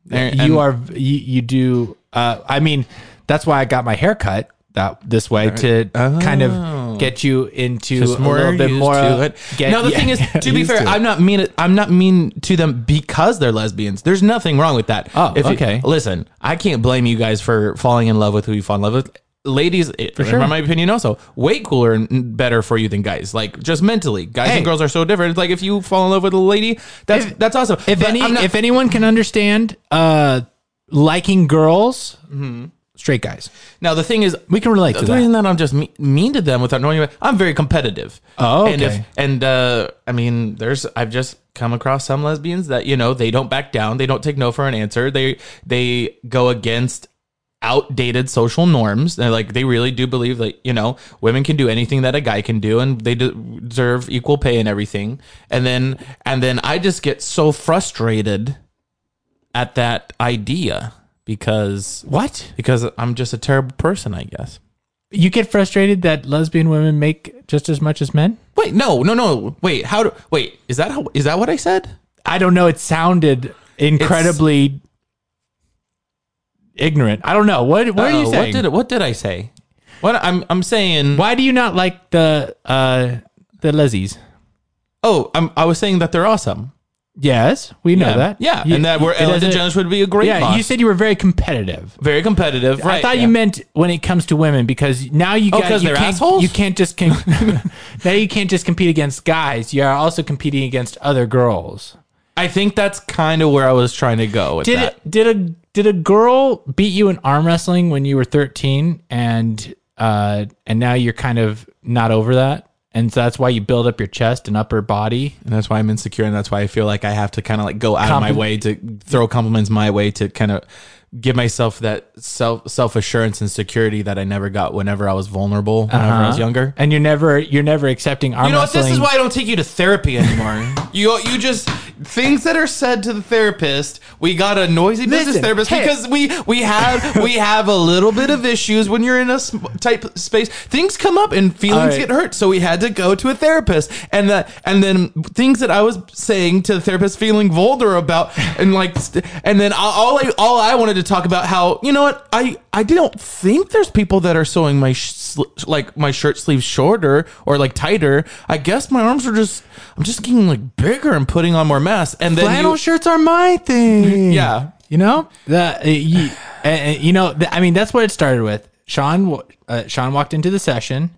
D: And- and-
B: you are you, you do uh i mean that's why i got my hair cut that this way to kind of get you into
D: Oh. Just
B: a little
D: more
B: bit
D: used
B: more.
D: to
B: uh,
D: it.
B: get-
D: no, the
B: yeah,
D: thing is,
B: get
D: to be
B: used
D: fair,
B: it.
D: I'm not mean. I'm not mean to them because they're lesbians. There's nothing wrong with that.
B: Oh,
D: you-
B: okay.
D: listen, I can't blame you guys for falling in love with who you fall in love with. Ladies, it, for
B: sure.
D: my opinion, also way cooler and better for you than guys. Like just mentally, guys
B: Hey.
D: and girls are so different. It's like if you fall in love with a lady, that's that's awesome.
B: If
D: But
B: any,
D: I'm not-
B: if anyone can understand uh, liking girls,
D: Mm-hmm.
B: straight guys,
D: now the thing is,
B: we can relate to
D: the
B: that.
D: reason that I'm just me- mean to them without knowing about I'm very competitive.
B: Oh,
D: And,
B: okay.
D: and uh, I mean, there's I've just come across some lesbians that you know they don't back down, they don't take no for an answer, they they go against outdated social norms. They're like they really do believe that you know women can do anything that a guy can do, and they de- deserve equal pay and everything. And then and then I just get so frustrated at that idea because
B: What?
D: because I'm just a terrible person, I guess.
B: You get frustrated that lesbian women make just as much as men?
D: Wait, no, no, no. Wait, how do? Wait, is that how? Is that what I said?
B: I don't know. It sounded incredibly ignorant. I don't know. What What are you
D: Uh-oh,
B: saying?
D: Uh, What did what did I say? What I'm I'm saying?
B: Why do you not like the uh, the lesbies?
D: Oh, I'm I was saying that they're awesome.
B: Yes, we know
D: yeah.
B: that.
D: Yeah,
B: You-
D: and that we're
B: it
D: Ellen
B: doesn't-
D: DeGeneres would be a great.
B: Yeah,
D: boss.
B: you said you were very competitive.
D: very competitive. Right?
B: I thought
D: yeah.
B: you meant when it comes to women because now you
D: Oh,
B: got
D: 'cause
B: you
D: they're
B: can't
D: assholes?
B: you can't just com- now you can't just compete against guys. You are also competing against other girls.
D: I think that's kind of where I was trying to go. With
B: Did
D: that.
B: it, did a did a girl beat you in arm wrestling when you were thirteen and uh and now you're kind of not over that and so that's why you build up your chest and upper body.
D: And that's why I'm insecure, and that's why I feel like I have to kind of like go out of
B: Compli-
D: my way to throw compliments my way to kind of give myself that self self assurance and security that I never got whenever I was vulnerable whenever I
B: Uh-huh.
D: was younger.
B: And you're never you're never accepting arm
D: You know what?
B: wrestling.
D: This is why I don't take you to therapy anymore. you you just things that are said to the therapist. We got a noisy business
B: Listen,
D: therapist
B: hey.
D: because we we have we have a little bit of issues when you're in a sm- type space. Things come up and
B: All
D: feelings
B: right.
D: get hurt, so we had to go to a therapist. And that and then things that I was saying to the therapist, feeling vulnerable about, and like st- and then all- all I, all I wanted to talk about how you know what I I don't think there's people that are sewing my sh- sl- like my shirt sleeves shorter or like tighter. I guess my arms are just I'm just getting like bigger and putting on more mass. And then
B: flannel
D: you-
B: shirts are my thing.
D: Yeah.
B: you know the uh, you, uh, uh, you know the, I mean that's what it started with. Sean wa- uh, Sean walked into the session,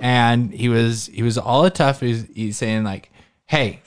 B: and he was he was all a tough. He's he's saying like, hey.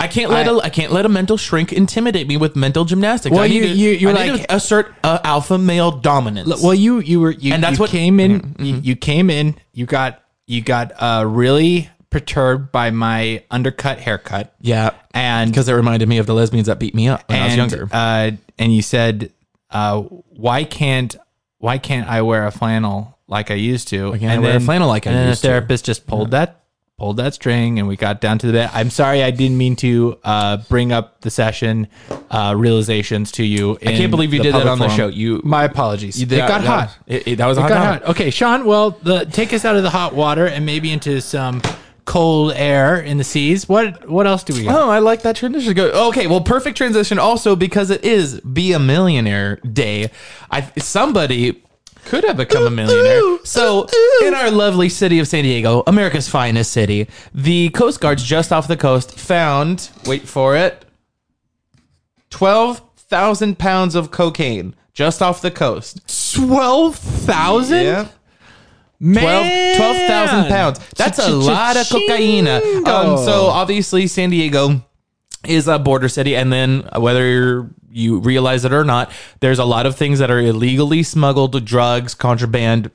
D: I can't let
B: I-
D: a I can't let a mental shrink intimidate me with mental gymnastics.
B: Well,
D: I need
B: you-
D: to,
B: you- you
D: I
B: were
D: need
B: like-
D: to assert uh, alpha male dominance.
B: Well, you you were you,
D: And that's
B: you
D: what- Mm-hmm,
B: came in. You, you came in. You got you got uh, really perturbed by my undercut haircut.
D: yeah,
B: and
D: because it reminded me of the lesbians that beat me up when I was
B: and,
D: younger.
B: Uh, and you said, uh, "Why can't why can't I wear a flannel like I used to? Why
D: can't I wear a flannel like I
B: and then
D: used
B: the
D: to?
B: therapist just pulled that pulled that string, and we got down to the bed. I'm sorry, I didn't mean to uh, bring up the session uh, realizations to you.
D: I can't believe you did that on the show. You-
B: my apologies.
D: You-
B: it got
D: that
B: hot.
D: was- it- it- that was a
B: It
D: hot
B: got hot.
D: topic.
B: Oh, Okay, Sean. Well, the, take us out of the hot water and maybe into some cold air in the seas. What what else do we got?
D: Oh, I like that transition. Go. Okay, well, perfect transition also because it is Be a Millionaire Day. I somebody could have become a millionaire. so, in our lovely city of San Diego, America's finest city, the Coast Guards just off the coast found, wait for it, 12,000 pounds of cocaine just off the coast.
B: Twelve thousand. Man.
D: 12 12,000 pounds. That's a lot of cocaine. Um, so obviously San Diego is a border city and then whether you realize it or not, there's a lot of things that are illegally smuggled, drugs, contraband,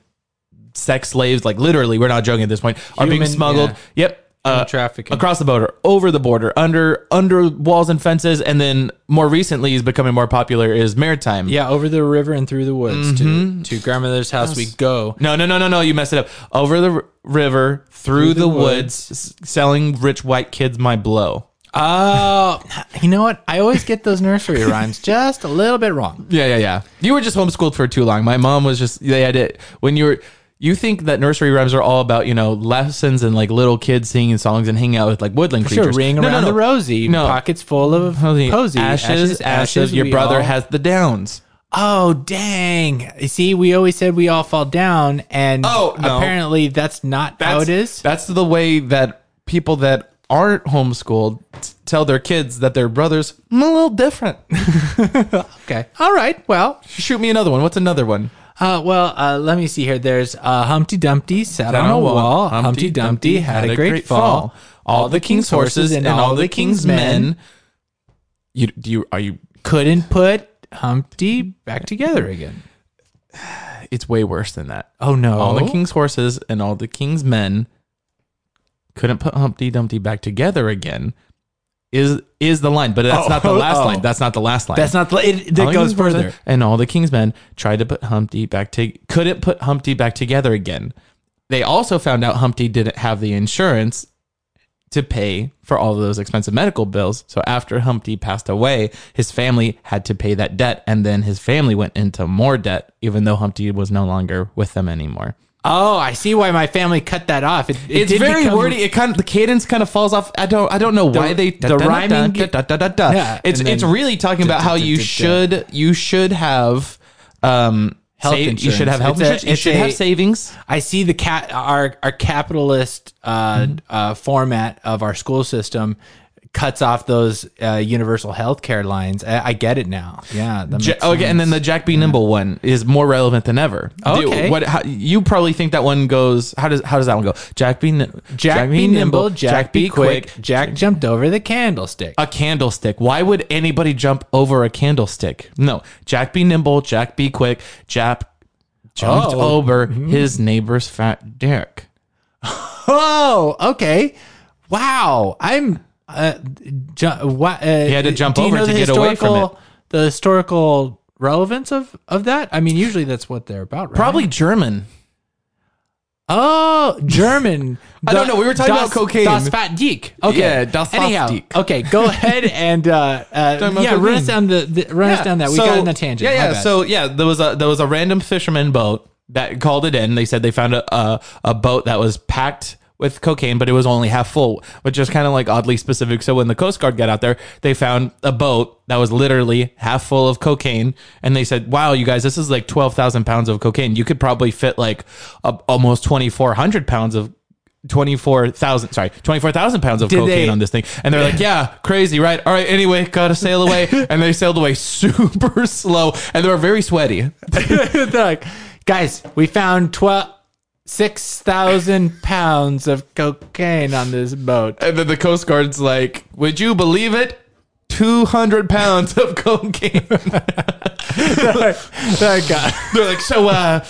D: sex slaves, like literally, we're not joking at this point, are being
B: Human-
D: smuggled.
B: yeah.
D: Yep. Uh,
B: trafficking.
D: across the border, over the border, under under walls and fences, and then more recently is becoming more popular is maritime.
B: Yeah, over the river and through the woods
D: Mm-hmm.
B: to to grandmother's house we go.
D: No, no, no, no, no. You messed it up. Over the r- river, through, the,
B: the
D: woods, s- selling rich white kids my blow.
B: Oh, you know what? I always get those nursery rhymes just a little bit wrong.
D: Yeah, yeah, yeah. You were just homeschooled for too long. My mom was just, they had it. When you were, you think that nursery rhymes are all about, you know, lessons and like little kids singing songs and hanging out with like woodland
B: Sure,
D: creatures.
B: ring
D: No, no,
B: around
D: no.
B: the rosy,
D: No.
B: pockets full of posy,
D: Posy. Ashes, ashes, your
B: we
D: brother
B: all-
D: has the downs.
B: Oh dang! You See, we always said we all fall down, and
D: Oh, no.
B: apparently that's not how it is.
D: That's the way that people that aren't homeschooled t- tell their kids that their brothers "Mm, a little different.
B: okay, all right. Well,
D: Shoot me another one. What's another one?
B: uh, well, uh, let me see here. There's uh, Humpty Dumpty sat on a wall. Humpty Dumpty, had, a great, fall. All the king's horses and all the king's men
D: You do you are you?
B: couldn't put Humpty back together again.
D: It's way worse than that.
B: Oh no!
D: All the king's horses and all the king's men couldn't put Humpty Dumpty back together again. Is is the line? But that's
B: Oh,
D: not the last
B: oh.
D: line. That's not the last line.
B: That's not. the- It,
D: All
B: it
D: the
B: goes
D: king's horses
B: further.
D: And all the king's men tried to put Humpty back to couldn't put Humpty back together again. They also found out Humpty didn't have the insurance to pay for all of those expensive medical bills. So after Humpty passed away, his family had to pay that debt and then his family went into more debt even though Humpty was no longer with them anymore.
B: Oh, I see why my family cut that off. It, it
D: It's
B: did
D: very
B: become-
D: wordy. It kind of the cadence kind of falls off. I don't I don't know why they
B: the rhyming-
D: Da, da, da, da.
B: Yeah,
D: It's
B: and
D: it's
B: then-
D: really talking about
B: da,
D: how
B: da,
D: you
B: da, da.
D: should you should have um
B: Health
D: save- You should
B: insurance.
D: have
B: It's
D: health
B: a-
D: insurance. You
B: it's
D: should
B: a-
D: have savings.
B: I see the cat our our capitalist uh,
D: Mm-hmm.
B: uh, format of our school system cuts off those uh, universal health care lines. I, I get it now. Yeah. that
D: Ja-
B: makes
D: oh, okay, and then the Jack B. Nimble one is more relevant than ever. Do-
B: Okay.
D: what how, you probably think that one goes? How does how does that one go? Jack B. Nim-
B: Jack, be nimble, Jack, be quick. Jack jumped over the candlestick.
D: a candlestick. Why would anybody jump over a candlestick? No. Jack be nimble, Jack be quick, Jack jumped
B: Oh.
D: over his neighbor's fat dick.
B: Oh, okay. Wow. I'm. Uh, ju- what, uh, he
D: had to jump over to get away from
B: The historical relevance of of that. I mean, usually that's what they're about, right?
D: Probably German.
B: Oh, German.
D: I don't know. We were talking about cocaine.
B: Das Fat Dick. Okay.
D: Yeah, das Fat
B: Anyhow,
D: Dick.
B: Okay, go ahead and uh, uh,
D: about
B: yeah, run us
D: cocaine.
B: down the, the run us down that. We
D: so-
B: got in a tangent.
D: Yeah,
B: My
D: yeah.
B: bad.
D: So yeah, there was a there was a random fisherman boat that called it in. They said they found a a, a boat that was packed with cocaine, but it was only half full, which is kind of like oddly specific. So when the Coast Guard got out there, they found a boat that was literally half full of cocaine, and they said, "Wow, you guys, this is like twelve thousand pounds of cocaine. You could probably fit like a, almost twenty four hundred pounds of." 24,000 sorry 24,000 pounds of
B: Did
D: cocaine
B: they-
D: on this thing and they're like yeah crazy right all right anyway gotta sail away and they sailed away super slow and they were very sweaty
B: They're like, guys, we found twelve six thousand pounds of cocaine on this boat.
D: and then the coast guard's like would you believe it 200 pounds of cocaine
B: They're like, uh,
D: they're like so uh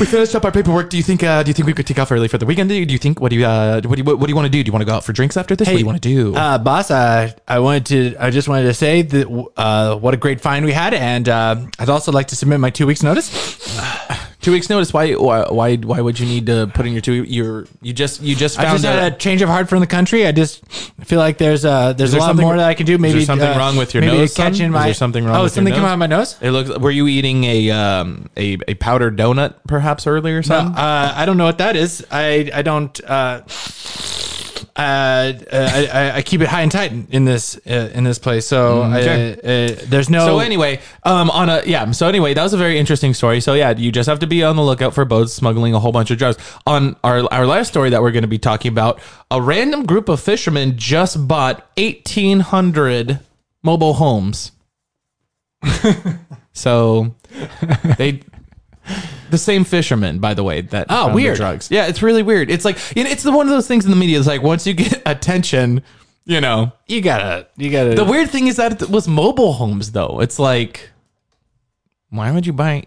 D: we finished up our paperwork do you think uh do you think we could take off early for the weekend do you do you think what do you uh what do you what, do you want to do do you want to go out for drinks after this what do you want to do
B: Uh, boss, uh, I wanted to. I just wanted to say that uh, what a great find we had, and uh, I'd also like to submit my two weeks' notice.
D: two weeks notice why why why, why would you need to put in your two your you just you just found
B: I just
D: out-
B: had a change of heart from the country. I just feel like there's uh, there's
D: there
B: a lot
D: something-
B: more that I can do.
D: is there
B: Maybe
D: something
B: uh,
D: wrong with your
B: maybe
D: nose, son?
B: Catching
D: Is
B: my,
D: there something wrong
B: Oh,
D: with your
B: something come
D: nose?
B: out of my nose.
D: It looks. Were you eating a um a, a powdered donut perhaps earlier?
B: No,
D: Son?
B: uh, I don't know what that is. I I don't. Uh, uh, I, I, I keep it high and tight in this uh, in this place. So I, uh, there's no.
D: so anyway, um, on a yeah. So anyway, that was a very interesting story. So yeah, you just have to be on the lookout for boats smuggling a whole bunch of drugs. On our our last story that we're going to be talking about, a random group of fishermen just bought eighteen hundred mobile homes. so they. The same fishermen, by the way, that
B: Oh,
D: found the
B: weird.
D: drugs. Yeah, it's really weird. It's like you know, it's the one of those things in the media. It's like once you get attention, you know,
B: you gotta you gotta.
D: the weird thing is that it was mobile homes, though. It's like, why would you buy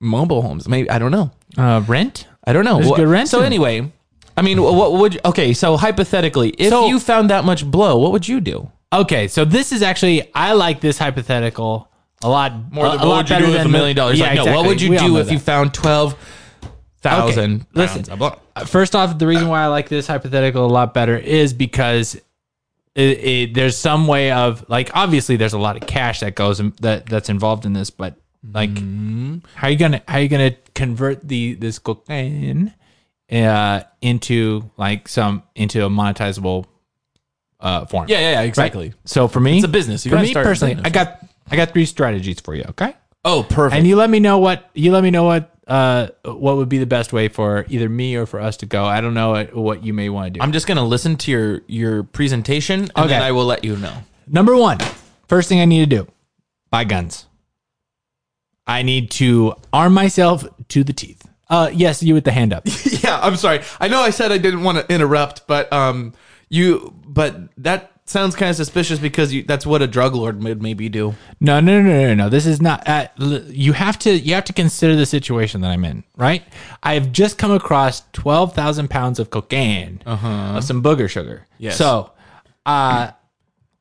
D: mobile homes? Maybe I don't know.
B: uh, rent.
D: I don't know. Wha-
B: good rent
D: So
B: in it.
D: anyway, I mean, wha- what would? You, okay, so hypothetically, if
B: So- Oh,
D: you found that much blow, what would you do?
B: Okay, so this is actually I like this hypothetical a lot more.
D: Or
B: a,
D: what
B: a lot
D: would you
B: better
D: do with
B: than
D: a million
B: the-
D: dollars?
B: Yeah,
D: like, no, what
B: exactly.
D: would you
B: We all
D: do
B: know
D: if
B: that.
D: you found twelve thousand?
B: Okay, listen.
D: pounds of blow?
B: First off, the reason why I like this hypothetical a lot better is because it, it, there's some way of like obviously there's a lot of cash that goes in, that that's involved in this, but like
D: Mm-hmm.
B: how you gonna how you gonna convert the this cocaine uh, into like some into a monetizable uh, form?
D: Yeah, yeah, yeah,
B: Right?
D: exactly.
B: So for me,
D: It's a business. You
B: for
D: gotta
B: me
D: start a
B: personally, I
D: business.
B: got I got three strategies for you. Okay.
E: Oh, perfect.
B: and you let me know what you let me know what uh what would be the best way for either me or for us to go. I don't know what, what you may want to do.
E: I'm just gonna listen to your your presentation, and
B: Okay.
E: then I will let you know.
B: Number one, first thing I need to do, buy guns. I need to arm myself to the teeth. Uh, yes, you with the hand up.
D: yeah, I'm sorry. I know I said I didn't want to interrupt, but um, you, but that sounds kind of suspicious because you, that's what a drug lord would maybe do.
B: No, no, no, no, no, no. This is not. Uh, l- you have to. You have to consider the situation that I'm in. Right. I have just come across twelve thousand pounds of cocaine
E: Uh-huh.
B: of some booger sugar. Yes. So, uh,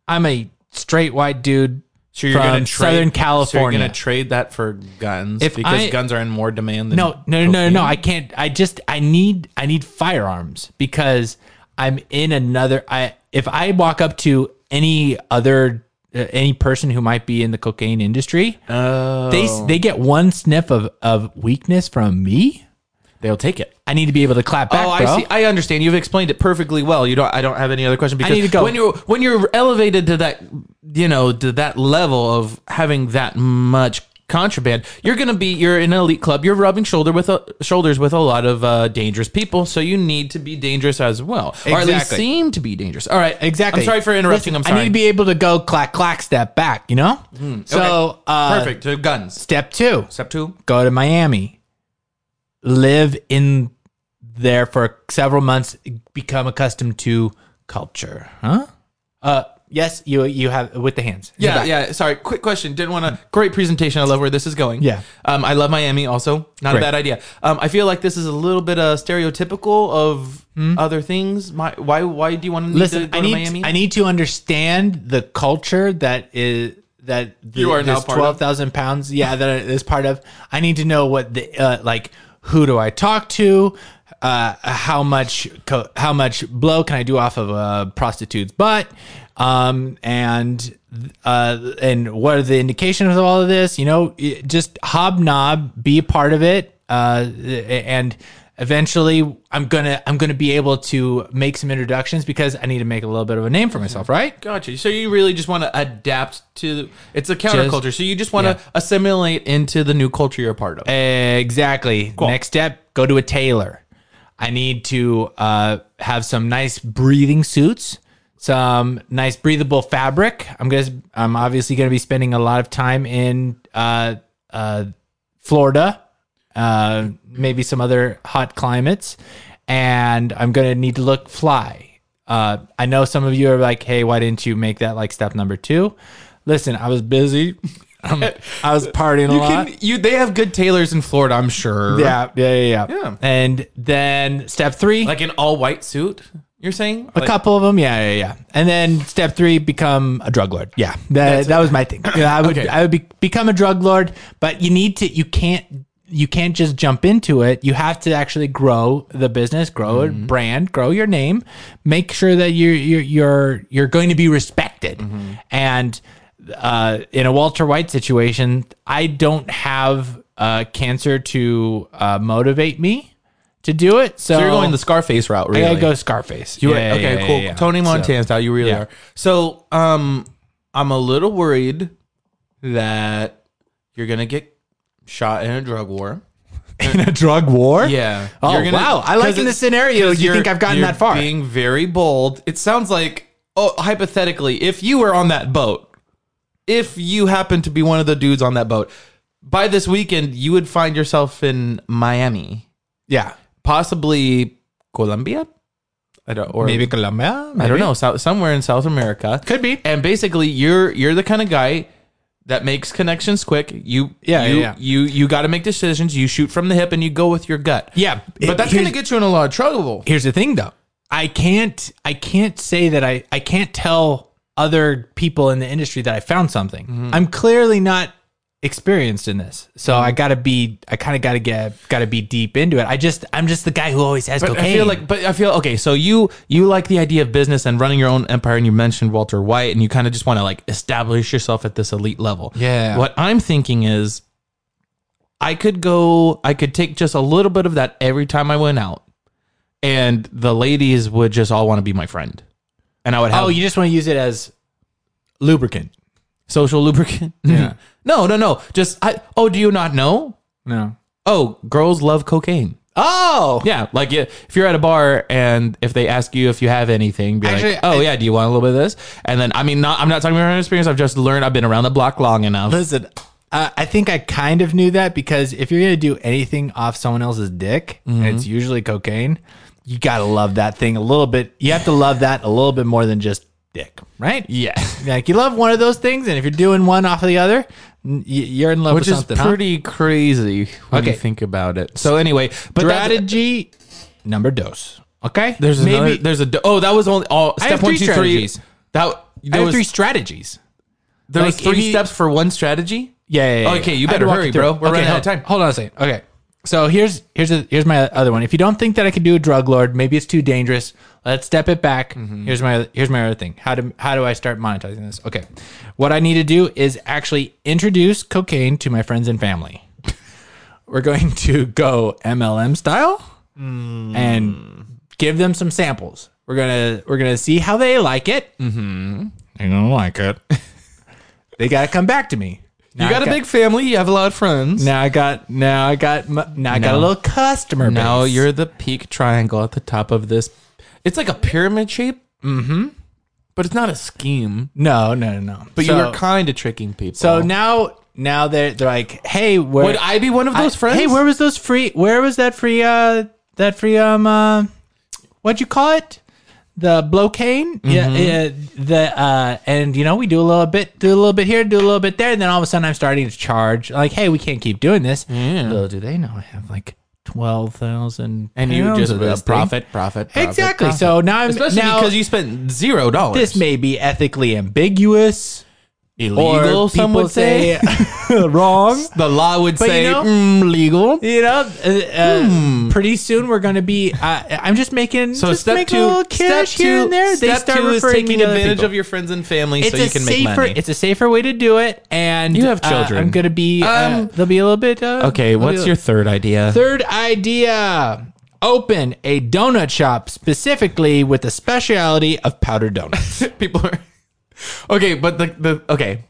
B: I'm a straight white dude
E: So you're
B: from
E: gonna trade-
B: Southern
E: So you're
B: California.
E: gonna trade that for guns
B: If
E: because
B: I-
E: guns are in more demand. Than
B: no, no, no, no, no. I can't. I just. I need. I need firearms because I'm in another. I if I walk up to any other uh, any person who might be in the cocaine industry, they they get one sniff of of weakness from me.
E: they'll take it.
B: I need to be able to clap back,
D: Oh, I
B: bro.
D: see. I understand. You've explained it perfectly well. You don't. I don't have any other question because
B: need to go.
D: when you're when you're elevated to that, you know, to that level of having that much contraband, you're gonna be. You're in an elite club. You're rubbing shoulder with a, shoulders with a lot of uh, dangerous people. So you need to be dangerous as well, or at least
B: Exactly.
D: seem to be dangerous. All right,
B: Exactly.
D: I'm sorry for interrupting.
B: Listen,
D: I'm sorry.
B: I need to be able to go clack clack step back. You know. So uh,
D: perfect. To guns.
B: Step two.
D: Step two.
B: go to Miami, live in there for several months, become accustomed to culture, huh? Uh, yes, you you have with the hands.
D: Yeah, yeah. Sorry, quick question. Didn't want to. Great presentation. I love where this is going.
B: Yeah.
D: Um, I love Miami. Also, not
B: Great.
D: a bad idea. Um, I feel like this is a little bit uh, stereotypical of other things. My, why? Why do you want to
B: Hmm? Listen,
D: to go
B: I
D: to
B: need
D: Miami?
B: I need to understand the culture that is that the,
D: You are now
B: this
D: part of.
B: twelve thousand pounds. Yeah, that is part of. I need to know what the uh, like. Who do I talk to? Uh, how much co- how much blow can I do off of a prostitute's butt? Um, and uh, and what are the indications of all of this? You know, it- just hobnob, be a part of it, uh, and eventually I'm gonna I'm gonna be able to make some introductions because I need to make a little bit of a name for myself, right?
D: Gotcha. So you really just want to adapt to. It's a counterculture. so you just want to assimilate into the new culture you're a part of.
B: Eh, Exactly. Next step, go to a tailor. I need to uh, have some nice breathing suits, some nice breathable fabric. I'm gonna, I'm obviously gonna be spending a lot of time in uh, uh, Florida, uh, maybe some other hot climates, and I'm gonna need to look fly. Uh, I know some of you are like, "Hey, why didn't you make that like step number two? Listen, I was busy. Um, I was partying a
D: you
B: lot.
D: can. You. They have good tailors in Florida. I'm sure.
B: Yeah, yeah, yeah, yeah. And then step three,
D: Like an all white suit. You're saying
B: a couple of them. Yeah, yeah, yeah. And then step three, become a drug lord. Yeah, that, that was my thing. Yeah, I would, I would be, become a drug lord, but you need to, you can't, you can't just jump into it. You have to actually grow the business, grow a
D: Mm-hmm.
B: brand, grow your name, make sure that you're you're you're, you're going to be respected,
D: Mm-hmm.
B: and uh, in a Walter White situation, I don't have uh, cancer to uh, motivate me to do it. So,
D: So you're going the Scarface route.
B: I
D: Really?
B: gotta go Scarface. Yeah,
D: You are-
B: yeah,
D: okay,
B: yeah,
D: cool.
B: yeah, yeah.
D: Tony Montana style. You really
B: Yeah.
D: are. So, um, I'm a little worried that you're gonna get shot in a drug war.
B: in a drug war.
D: Yeah.
B: Oh
D: You're gonna-
B: wow! I like
D: 'cause
B: in this
D: it's-
B: scenario.
D: 'cause
B: You
D: you're-
B: think I've gotten
D: you're
B: that far?
D: Being very bold. It sounds like, oh, hypothetically, if you were on that boat, if you happened to be one of the dudes on that boat, by this weekend you would find yourself in Miami,
B: yeah,
D: possibly Colombia. I don't or
B: maybe Colombia.
D: I don't know, South, somewhere in South America.
B: Could be.
D: And basically, you're you're the kind of guy that makes connections quick. You
B: Yeah,
D: you
B: yeah, yeah.
D: you, you got to make decisions. You shoot from the hip and you go with your gut.
B: Yeah,
D: but that's
B: here's-
D: gonna get you in a lot of trouble.
B: Here's the thing, though. I can't. I can't say that I. I can't tell other people in the industry that I found something. I'm clearly not experienced in this, so I gotta be. I kind of gotta get. Gotta be deep into it. I just. I'm just the guy who always has
D: But
B: cocaine.
D: I feel like, but I feel okay. So you you like the idea of business and running your own empire, and you mentioned Walter White, and you kind of just want to like establish yourself at this elite level.
B: Yeah.
D: What I'm thinking is, I could go, I could take just a little bit of that every time I went out, and the ladies would just all want to be my friend, and I would have.
B: oh, you just want to use it as lubricant.
D: Social lubricant?
B: Yeah.
D: no, no, no. Just I oh, do you not know?
B: No.
D: Oh, girls love cocaine.
B: Oh.
D: Yeah, like yeah, if you're at a bar and if they ask you if you have anything, be
B: Actually,
D: like, "Oh yeah, do you want a little bit of this?" And then I mean, not I'm not talking about my experience. I've just learned. I've been around the block long enough.
B: Listen, uh, I think I kind of knew that because if you're gonna do anything off someone else's dick,
D: Mm-hmm.
B: and it's usually cocaine. You gotta love that thing a little bit. You have to love that a little bit more than just dick, right?
D: Yeah,
B: Like you love one of those things, and if you're doing one off of the other, n- y- you're in love
D: which
B: with
D: is
B: something. huh?
D: pretty crazy when
B: Okay.
D: you think about it. So anyway, but that-
B: strategy number dose. Okay,
D: there's
B: maybe
D: another, there's a do- oh that was only oh
B: I
D: step
B: have
D: one
B: three
D: two three
B: strategies.
D: that
B: I
D: there
B: have
D: was
B: three strategies.
D: there was
B: like,
D: three
B: if you-
D: steps for one strategy.
B: Yeah. yeah, yeah
D: Okay,
B: yeah.
D: you
B: I had to
D: better
B: walk
D: hurry,
B: through
D: bro.
B: it.
D: We're running out
B: hold,
D: of time.
B: Hold on a second. Okay, so here's here's a, here's my other one. If you don't think that I could do a drug lord, maybe it's too dangerous. Let's step it back.
D: Mm-hmm.
B: Here's my here's my other thing. How do how do I start monetizing this? Okay, what I need to do is actually introduce cocaine to my friends and family. We're going to go MLM style
D: Hmm.
B: and give them some samples. We're gonna we're gonna see how they like it. Mm-hmm. They're gonna like it. they gotta come back to me. Now
D: You got
B: I
D: a big family. You have a lot of friends.
B: now I got now I got mu- now I got a
D: No.
B: little customer.
D: Now
B: base.
D: you're the peak triangle at the top of this. It's like a pyramid shape. Mm-hmm. But it's not a scheme.
B: no no no.
D: But
B: so,
D: you were kind of tricking people.
B: so now now they're they're like, hey, where
D: would I be one of those
B: I-
D: friends?
B: Hey, where was those free? Where was that free? Uh, that free um uh, what'd you call it? The blowcane, yeah,
D: Mm-hmm.
B: yeah, the uh, and you know we do a little bit, do a little bit here, do a little bit there, and then all of a sudden I'm starting to charge. Like, hey, we can't keep doing this. Little do they know I have like twelve thousand,
D: and you just uh, profit, profit, profit,
B: Exactly.
D: profit.
B: So now I'm
D: especially
B: now
D: because you spent zero dollars.
B: this may be ethically ambiguous
D: illegal.
B: or
D: some
B: people
D: would say.
B: wrong.
D: the law would
B: But you
D: say
B: know-
D: mm, legal.
B: You know, uh, uh, pretty soon we're going to be. Uh, I'm just making
D: So
B: just
D: step
B: making
D: two,
B: a little
D: step
B: cash
D: two,
B: here and there.
D: Step
B: They start
D: two is
B: referring me
D: taking
B: to other
D: advantage
B: people.
D: of your friends and family
B: It's
D: so you
B: a
D: can
B: safer.
D: make money.
B: It's a safer way to do it, and
D: You have
B: uh,
D: children.
B: I'm going to be. Uh,
D: Um,
B: they'll be a little bit. Uh, they'll
D: okay,
B: be a
D: what's
B: little-
D: your third idea?
B: Third idea open a donut shop specifically with a specialty of powdered donuts.
D: people are okay, but the, the okay.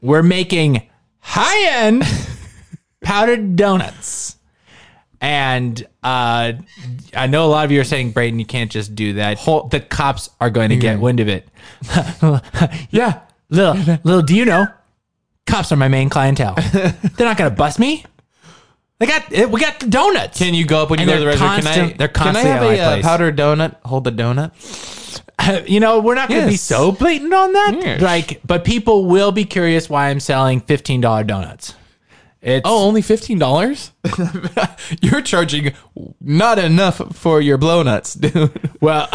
B: We're making high end powdered donuts. And uh, I know a lot of you are saying, Braden, you can't just do that. the cops are going to
D: Mm-hmm.
B: get wind of it.
D: Yeah,
B: little, little do you know, cops are my main clientele. They're not going to bust me. They got eh, we got the donuts.
D: Can you go up when you
B: And
D: go to the
B: they're
D: restroom? can I,
B: constant- they're constantly
D: can I
B: at
D: have
B: my
D: a uh,
B: place.
D: powdered donut? Hold the donut.
B: you know, we're not going to be
D: Yes.
B: so blatant on that.
D: Yes.
B: Like, but people will be curious why I'm selling fifteen dollar donuts. It's
D: Oh, only fifteen dollars? You're charging not enough for your blow nuts, dude.
B: Well,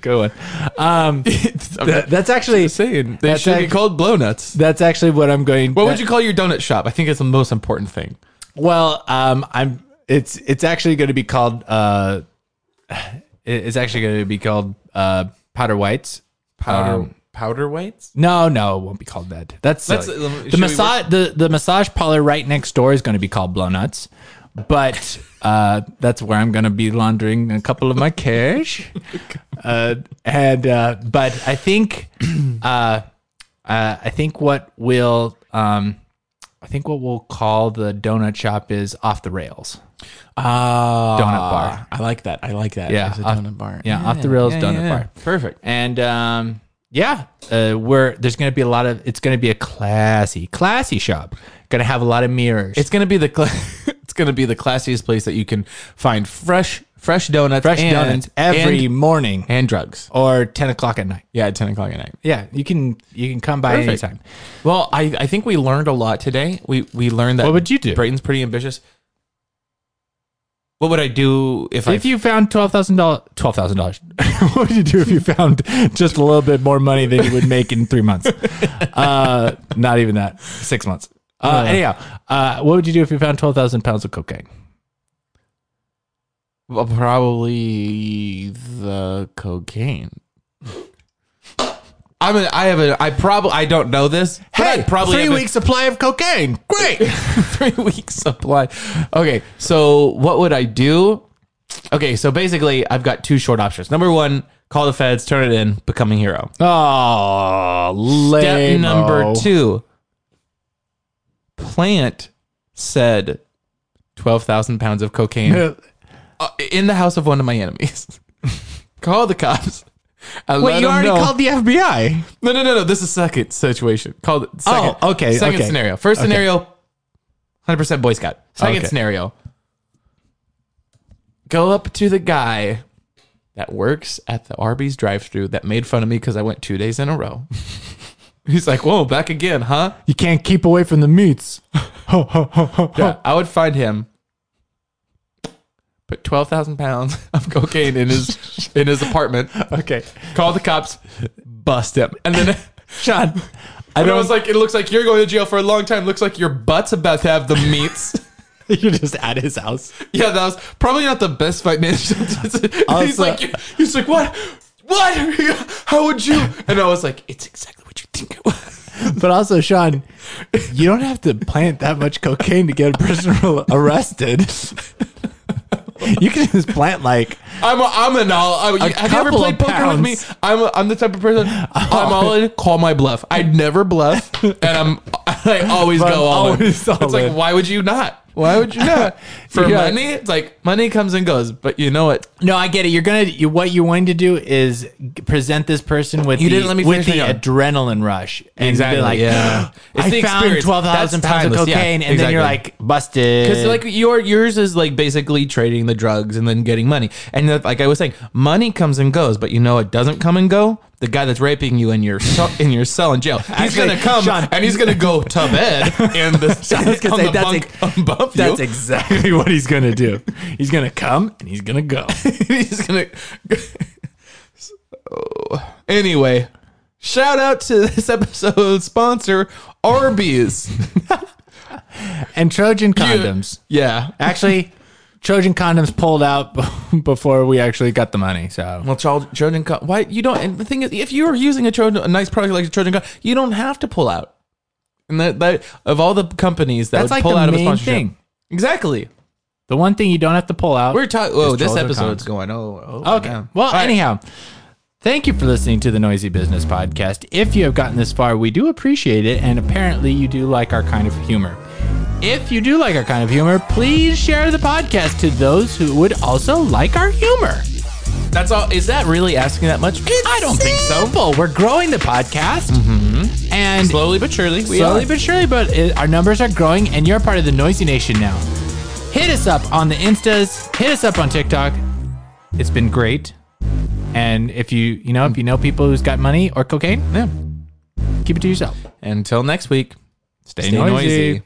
B: good one. Um, th- that's actually
D: Saying they
B: That's
D: should be
B: act-
D: called blow nuts.
B: that's actually what I'm going.
D: What would you call your donut shop? I think it's the most important thing.
B: Well, um, I'm. It's it's actually going to be called. Uh, it- it's actually going to be called uh, powder whites.
D: Powder powder whites.
B: No, no, it won't be called that. That's
D: Let's-
B: silly.
D: let me-
B: the
D: should we
B: massage the, the massage parlor right next door is going to be called Blow Nuts, but uh, that's where I'm going to be laundering a couple of my cash. Uh, and uh, but I think uh, uh, I think what will um, I think what we'll call the donut shop is off the rails.
D: Ah,
B: Donut bar.
D: I like that. I like that.
B: Yeah,
D: There's a
B: off-
D: donut bar.
B: Yeah, off the rails
D: yeah,
B: donut
D: yeah.
B: bar.
D: Perfect.
B: And um, yeah, uh, we're there's going to be a lot of it's going to be a classy, classy shop. Going to have a lot of mirrors.
D: It's gonna be the cla- it's gonna be the classiest place that you can find fresh fresh donuts,
B: fresh
D: and-
B: donuts every
D: and,
B: morning
D: and drugs.
B: or 10 o'clock at night
D: Yeah, at ten o'clock at night.
B: yeah you can you can come by
D: Perfect.
B: anytime
D: Well, I, I think we learned a lot today. We we learned that
B: What would you do?
D: Brayton's pretty ambitious. What would I do if, I
B: if you found $12000 $12000 what would you do if you found just a little bit more money than you would make in three months uh, not even that six months uh, anyhow uh, what would you do if you found 12000 pounds of cocaine
D: Well, probably the cocaine? I'm a, I have a I probably I don't know this. but I'd probably
B: three
D: have a-
B: weeks supply of cocaine great
D: three weeks supply. Okay, so what would I do? Okay, so basically, I've got two short options. Number one, Call the feds, turn it in, becoming hero.
B: Oh,
D: Step
B: lame.
D: number two. Plant said twelve thousand pounds of cocaine uh, in the house of one of my enemies. Call the cops. I let
B: Wait, you
D: them
B: already
D: know.
B: called the FBI.
D: No, no, no, no. This is second situation. Called second.
B: Oh, okay,
D: Second
B: okay.
D: scenario. First scenario, hundred percent Boy Scout. Second
B: Okay.
D: scenario, go up to the guy that works at the Arby's drive-through that made fun of me because I went two days in a row. He's like, "Whoa, back again, huh?"
B: You can't keep away from the meats.
D: Yeah, I would find him. Put twelve thousand pounds of cocaine in his in his apartment.
B: Okay.
D: Call the cops, bust him, and then Sean. I,
B: don't-
D: was like, it looks like you're going to jail for a long time. Looks like your butt's about to have the meats.
B: You're just at his house.
D: yeah, that was probably not the best financial. decision. he's
B: Also-
D: like, he's like, what, what? How would you? And I was like, it's exactly what you think it was.
B: But also, Sean, you don't have to plant that much cocaine to get a person arrested. You can just plant like
D: I'm a, I'm an all. I, have you ever
B: couple
D: played
B: of
D: poker with
B: pounds.
D: me? I'm a, I'm the type of person. I'm all in. Call my bluff. I never bluff, and I'm I always
B: But
D: go
B: I'm
D: all,
B: always
D: in.
B: all
D: it's
B: in.
D: like why would you not? Why would you not? For
B: Yeah.
D: money, it's like money comes and goes, but you know what?
B: No, I get it. You're gonna. You, what you're wanting to do is g- present this person with
D: You
B: the,
D: didn't let me
B: with the
D: finish my-
B: adrenaline rush and
D: Exactly,
B: be like,
D: yeah. It's
B: I
D: the
B: found
D: experience.
B: twelve thousand
D: That's
B: pounds of
D: timeless, yeah,
B: cocaine, and then you're
D: exactly.
B: like busted.
D: Because like your yours is like basically trading the drugs and then getting money. And if- like I was saying, money comes and goes, but you know it doesn't come and go. The guy that's raping you in your ce- in your cell in jail, he's
B: Actually,
D: gonna come
B: Sean-
D: and he's gonna go to bed in the
B: I was gonna
D: on
B: say,
D: the
B: that's
D: bunk
B: ex-
D: above you.
B: that's exactly what he's gonna do. He's gonna come and he's gonna go.
D: he's gonna. Oh. Anyway, shout out to this episode sponsor Arby's.
B: And Trojan condoms.
D: Yeah,
B: Actually, Trojan condoms pulled out before we actually got the money. So
D: Well, Tro- Trojan gun. Why you don't? And the thing is, if you are using a Trojan, a nice product like a Trojan gun, you don't have to pull out. And that, that of all the companies that
B: That's
D: would
B: like
D: pull
B: the
D: out of a
B: main
D: sponsorship,
B: thing.
D: exactly.
B: the one thing you don't have to pull out.
D: We're talking. Oh,
B: Is
D: this
B: Trojan
D: episode's
B: condoms.
D: going. Oh, oh
B: Okay.
D: man.
B: Well,
D: All right.
B: anyhow, thank you for listening to the Noisy Business Podcast. If you have gotten this far, we do appreciate it, and apparently you do like our kind of humor. If you do like our kind of humor, please share the podcast to those who would also like our humor.
D: that's all. Is that really asking that much?
B: I don't think so. Well, We're growing the podcast, and
D: Mm-hmm. Slowly but surely. We
B: slowly
D: are.
B: but surely, but it, our numbers are growing, and you're part of the Noisy Nation now. Hit us up on the Instas. Hit us up on TikTok. It's been great. And if you you know if you know people who's got money or cocaine, yeah, keep it to yourself.
D: Until next week, stay,
B: noisy.
D: noisy.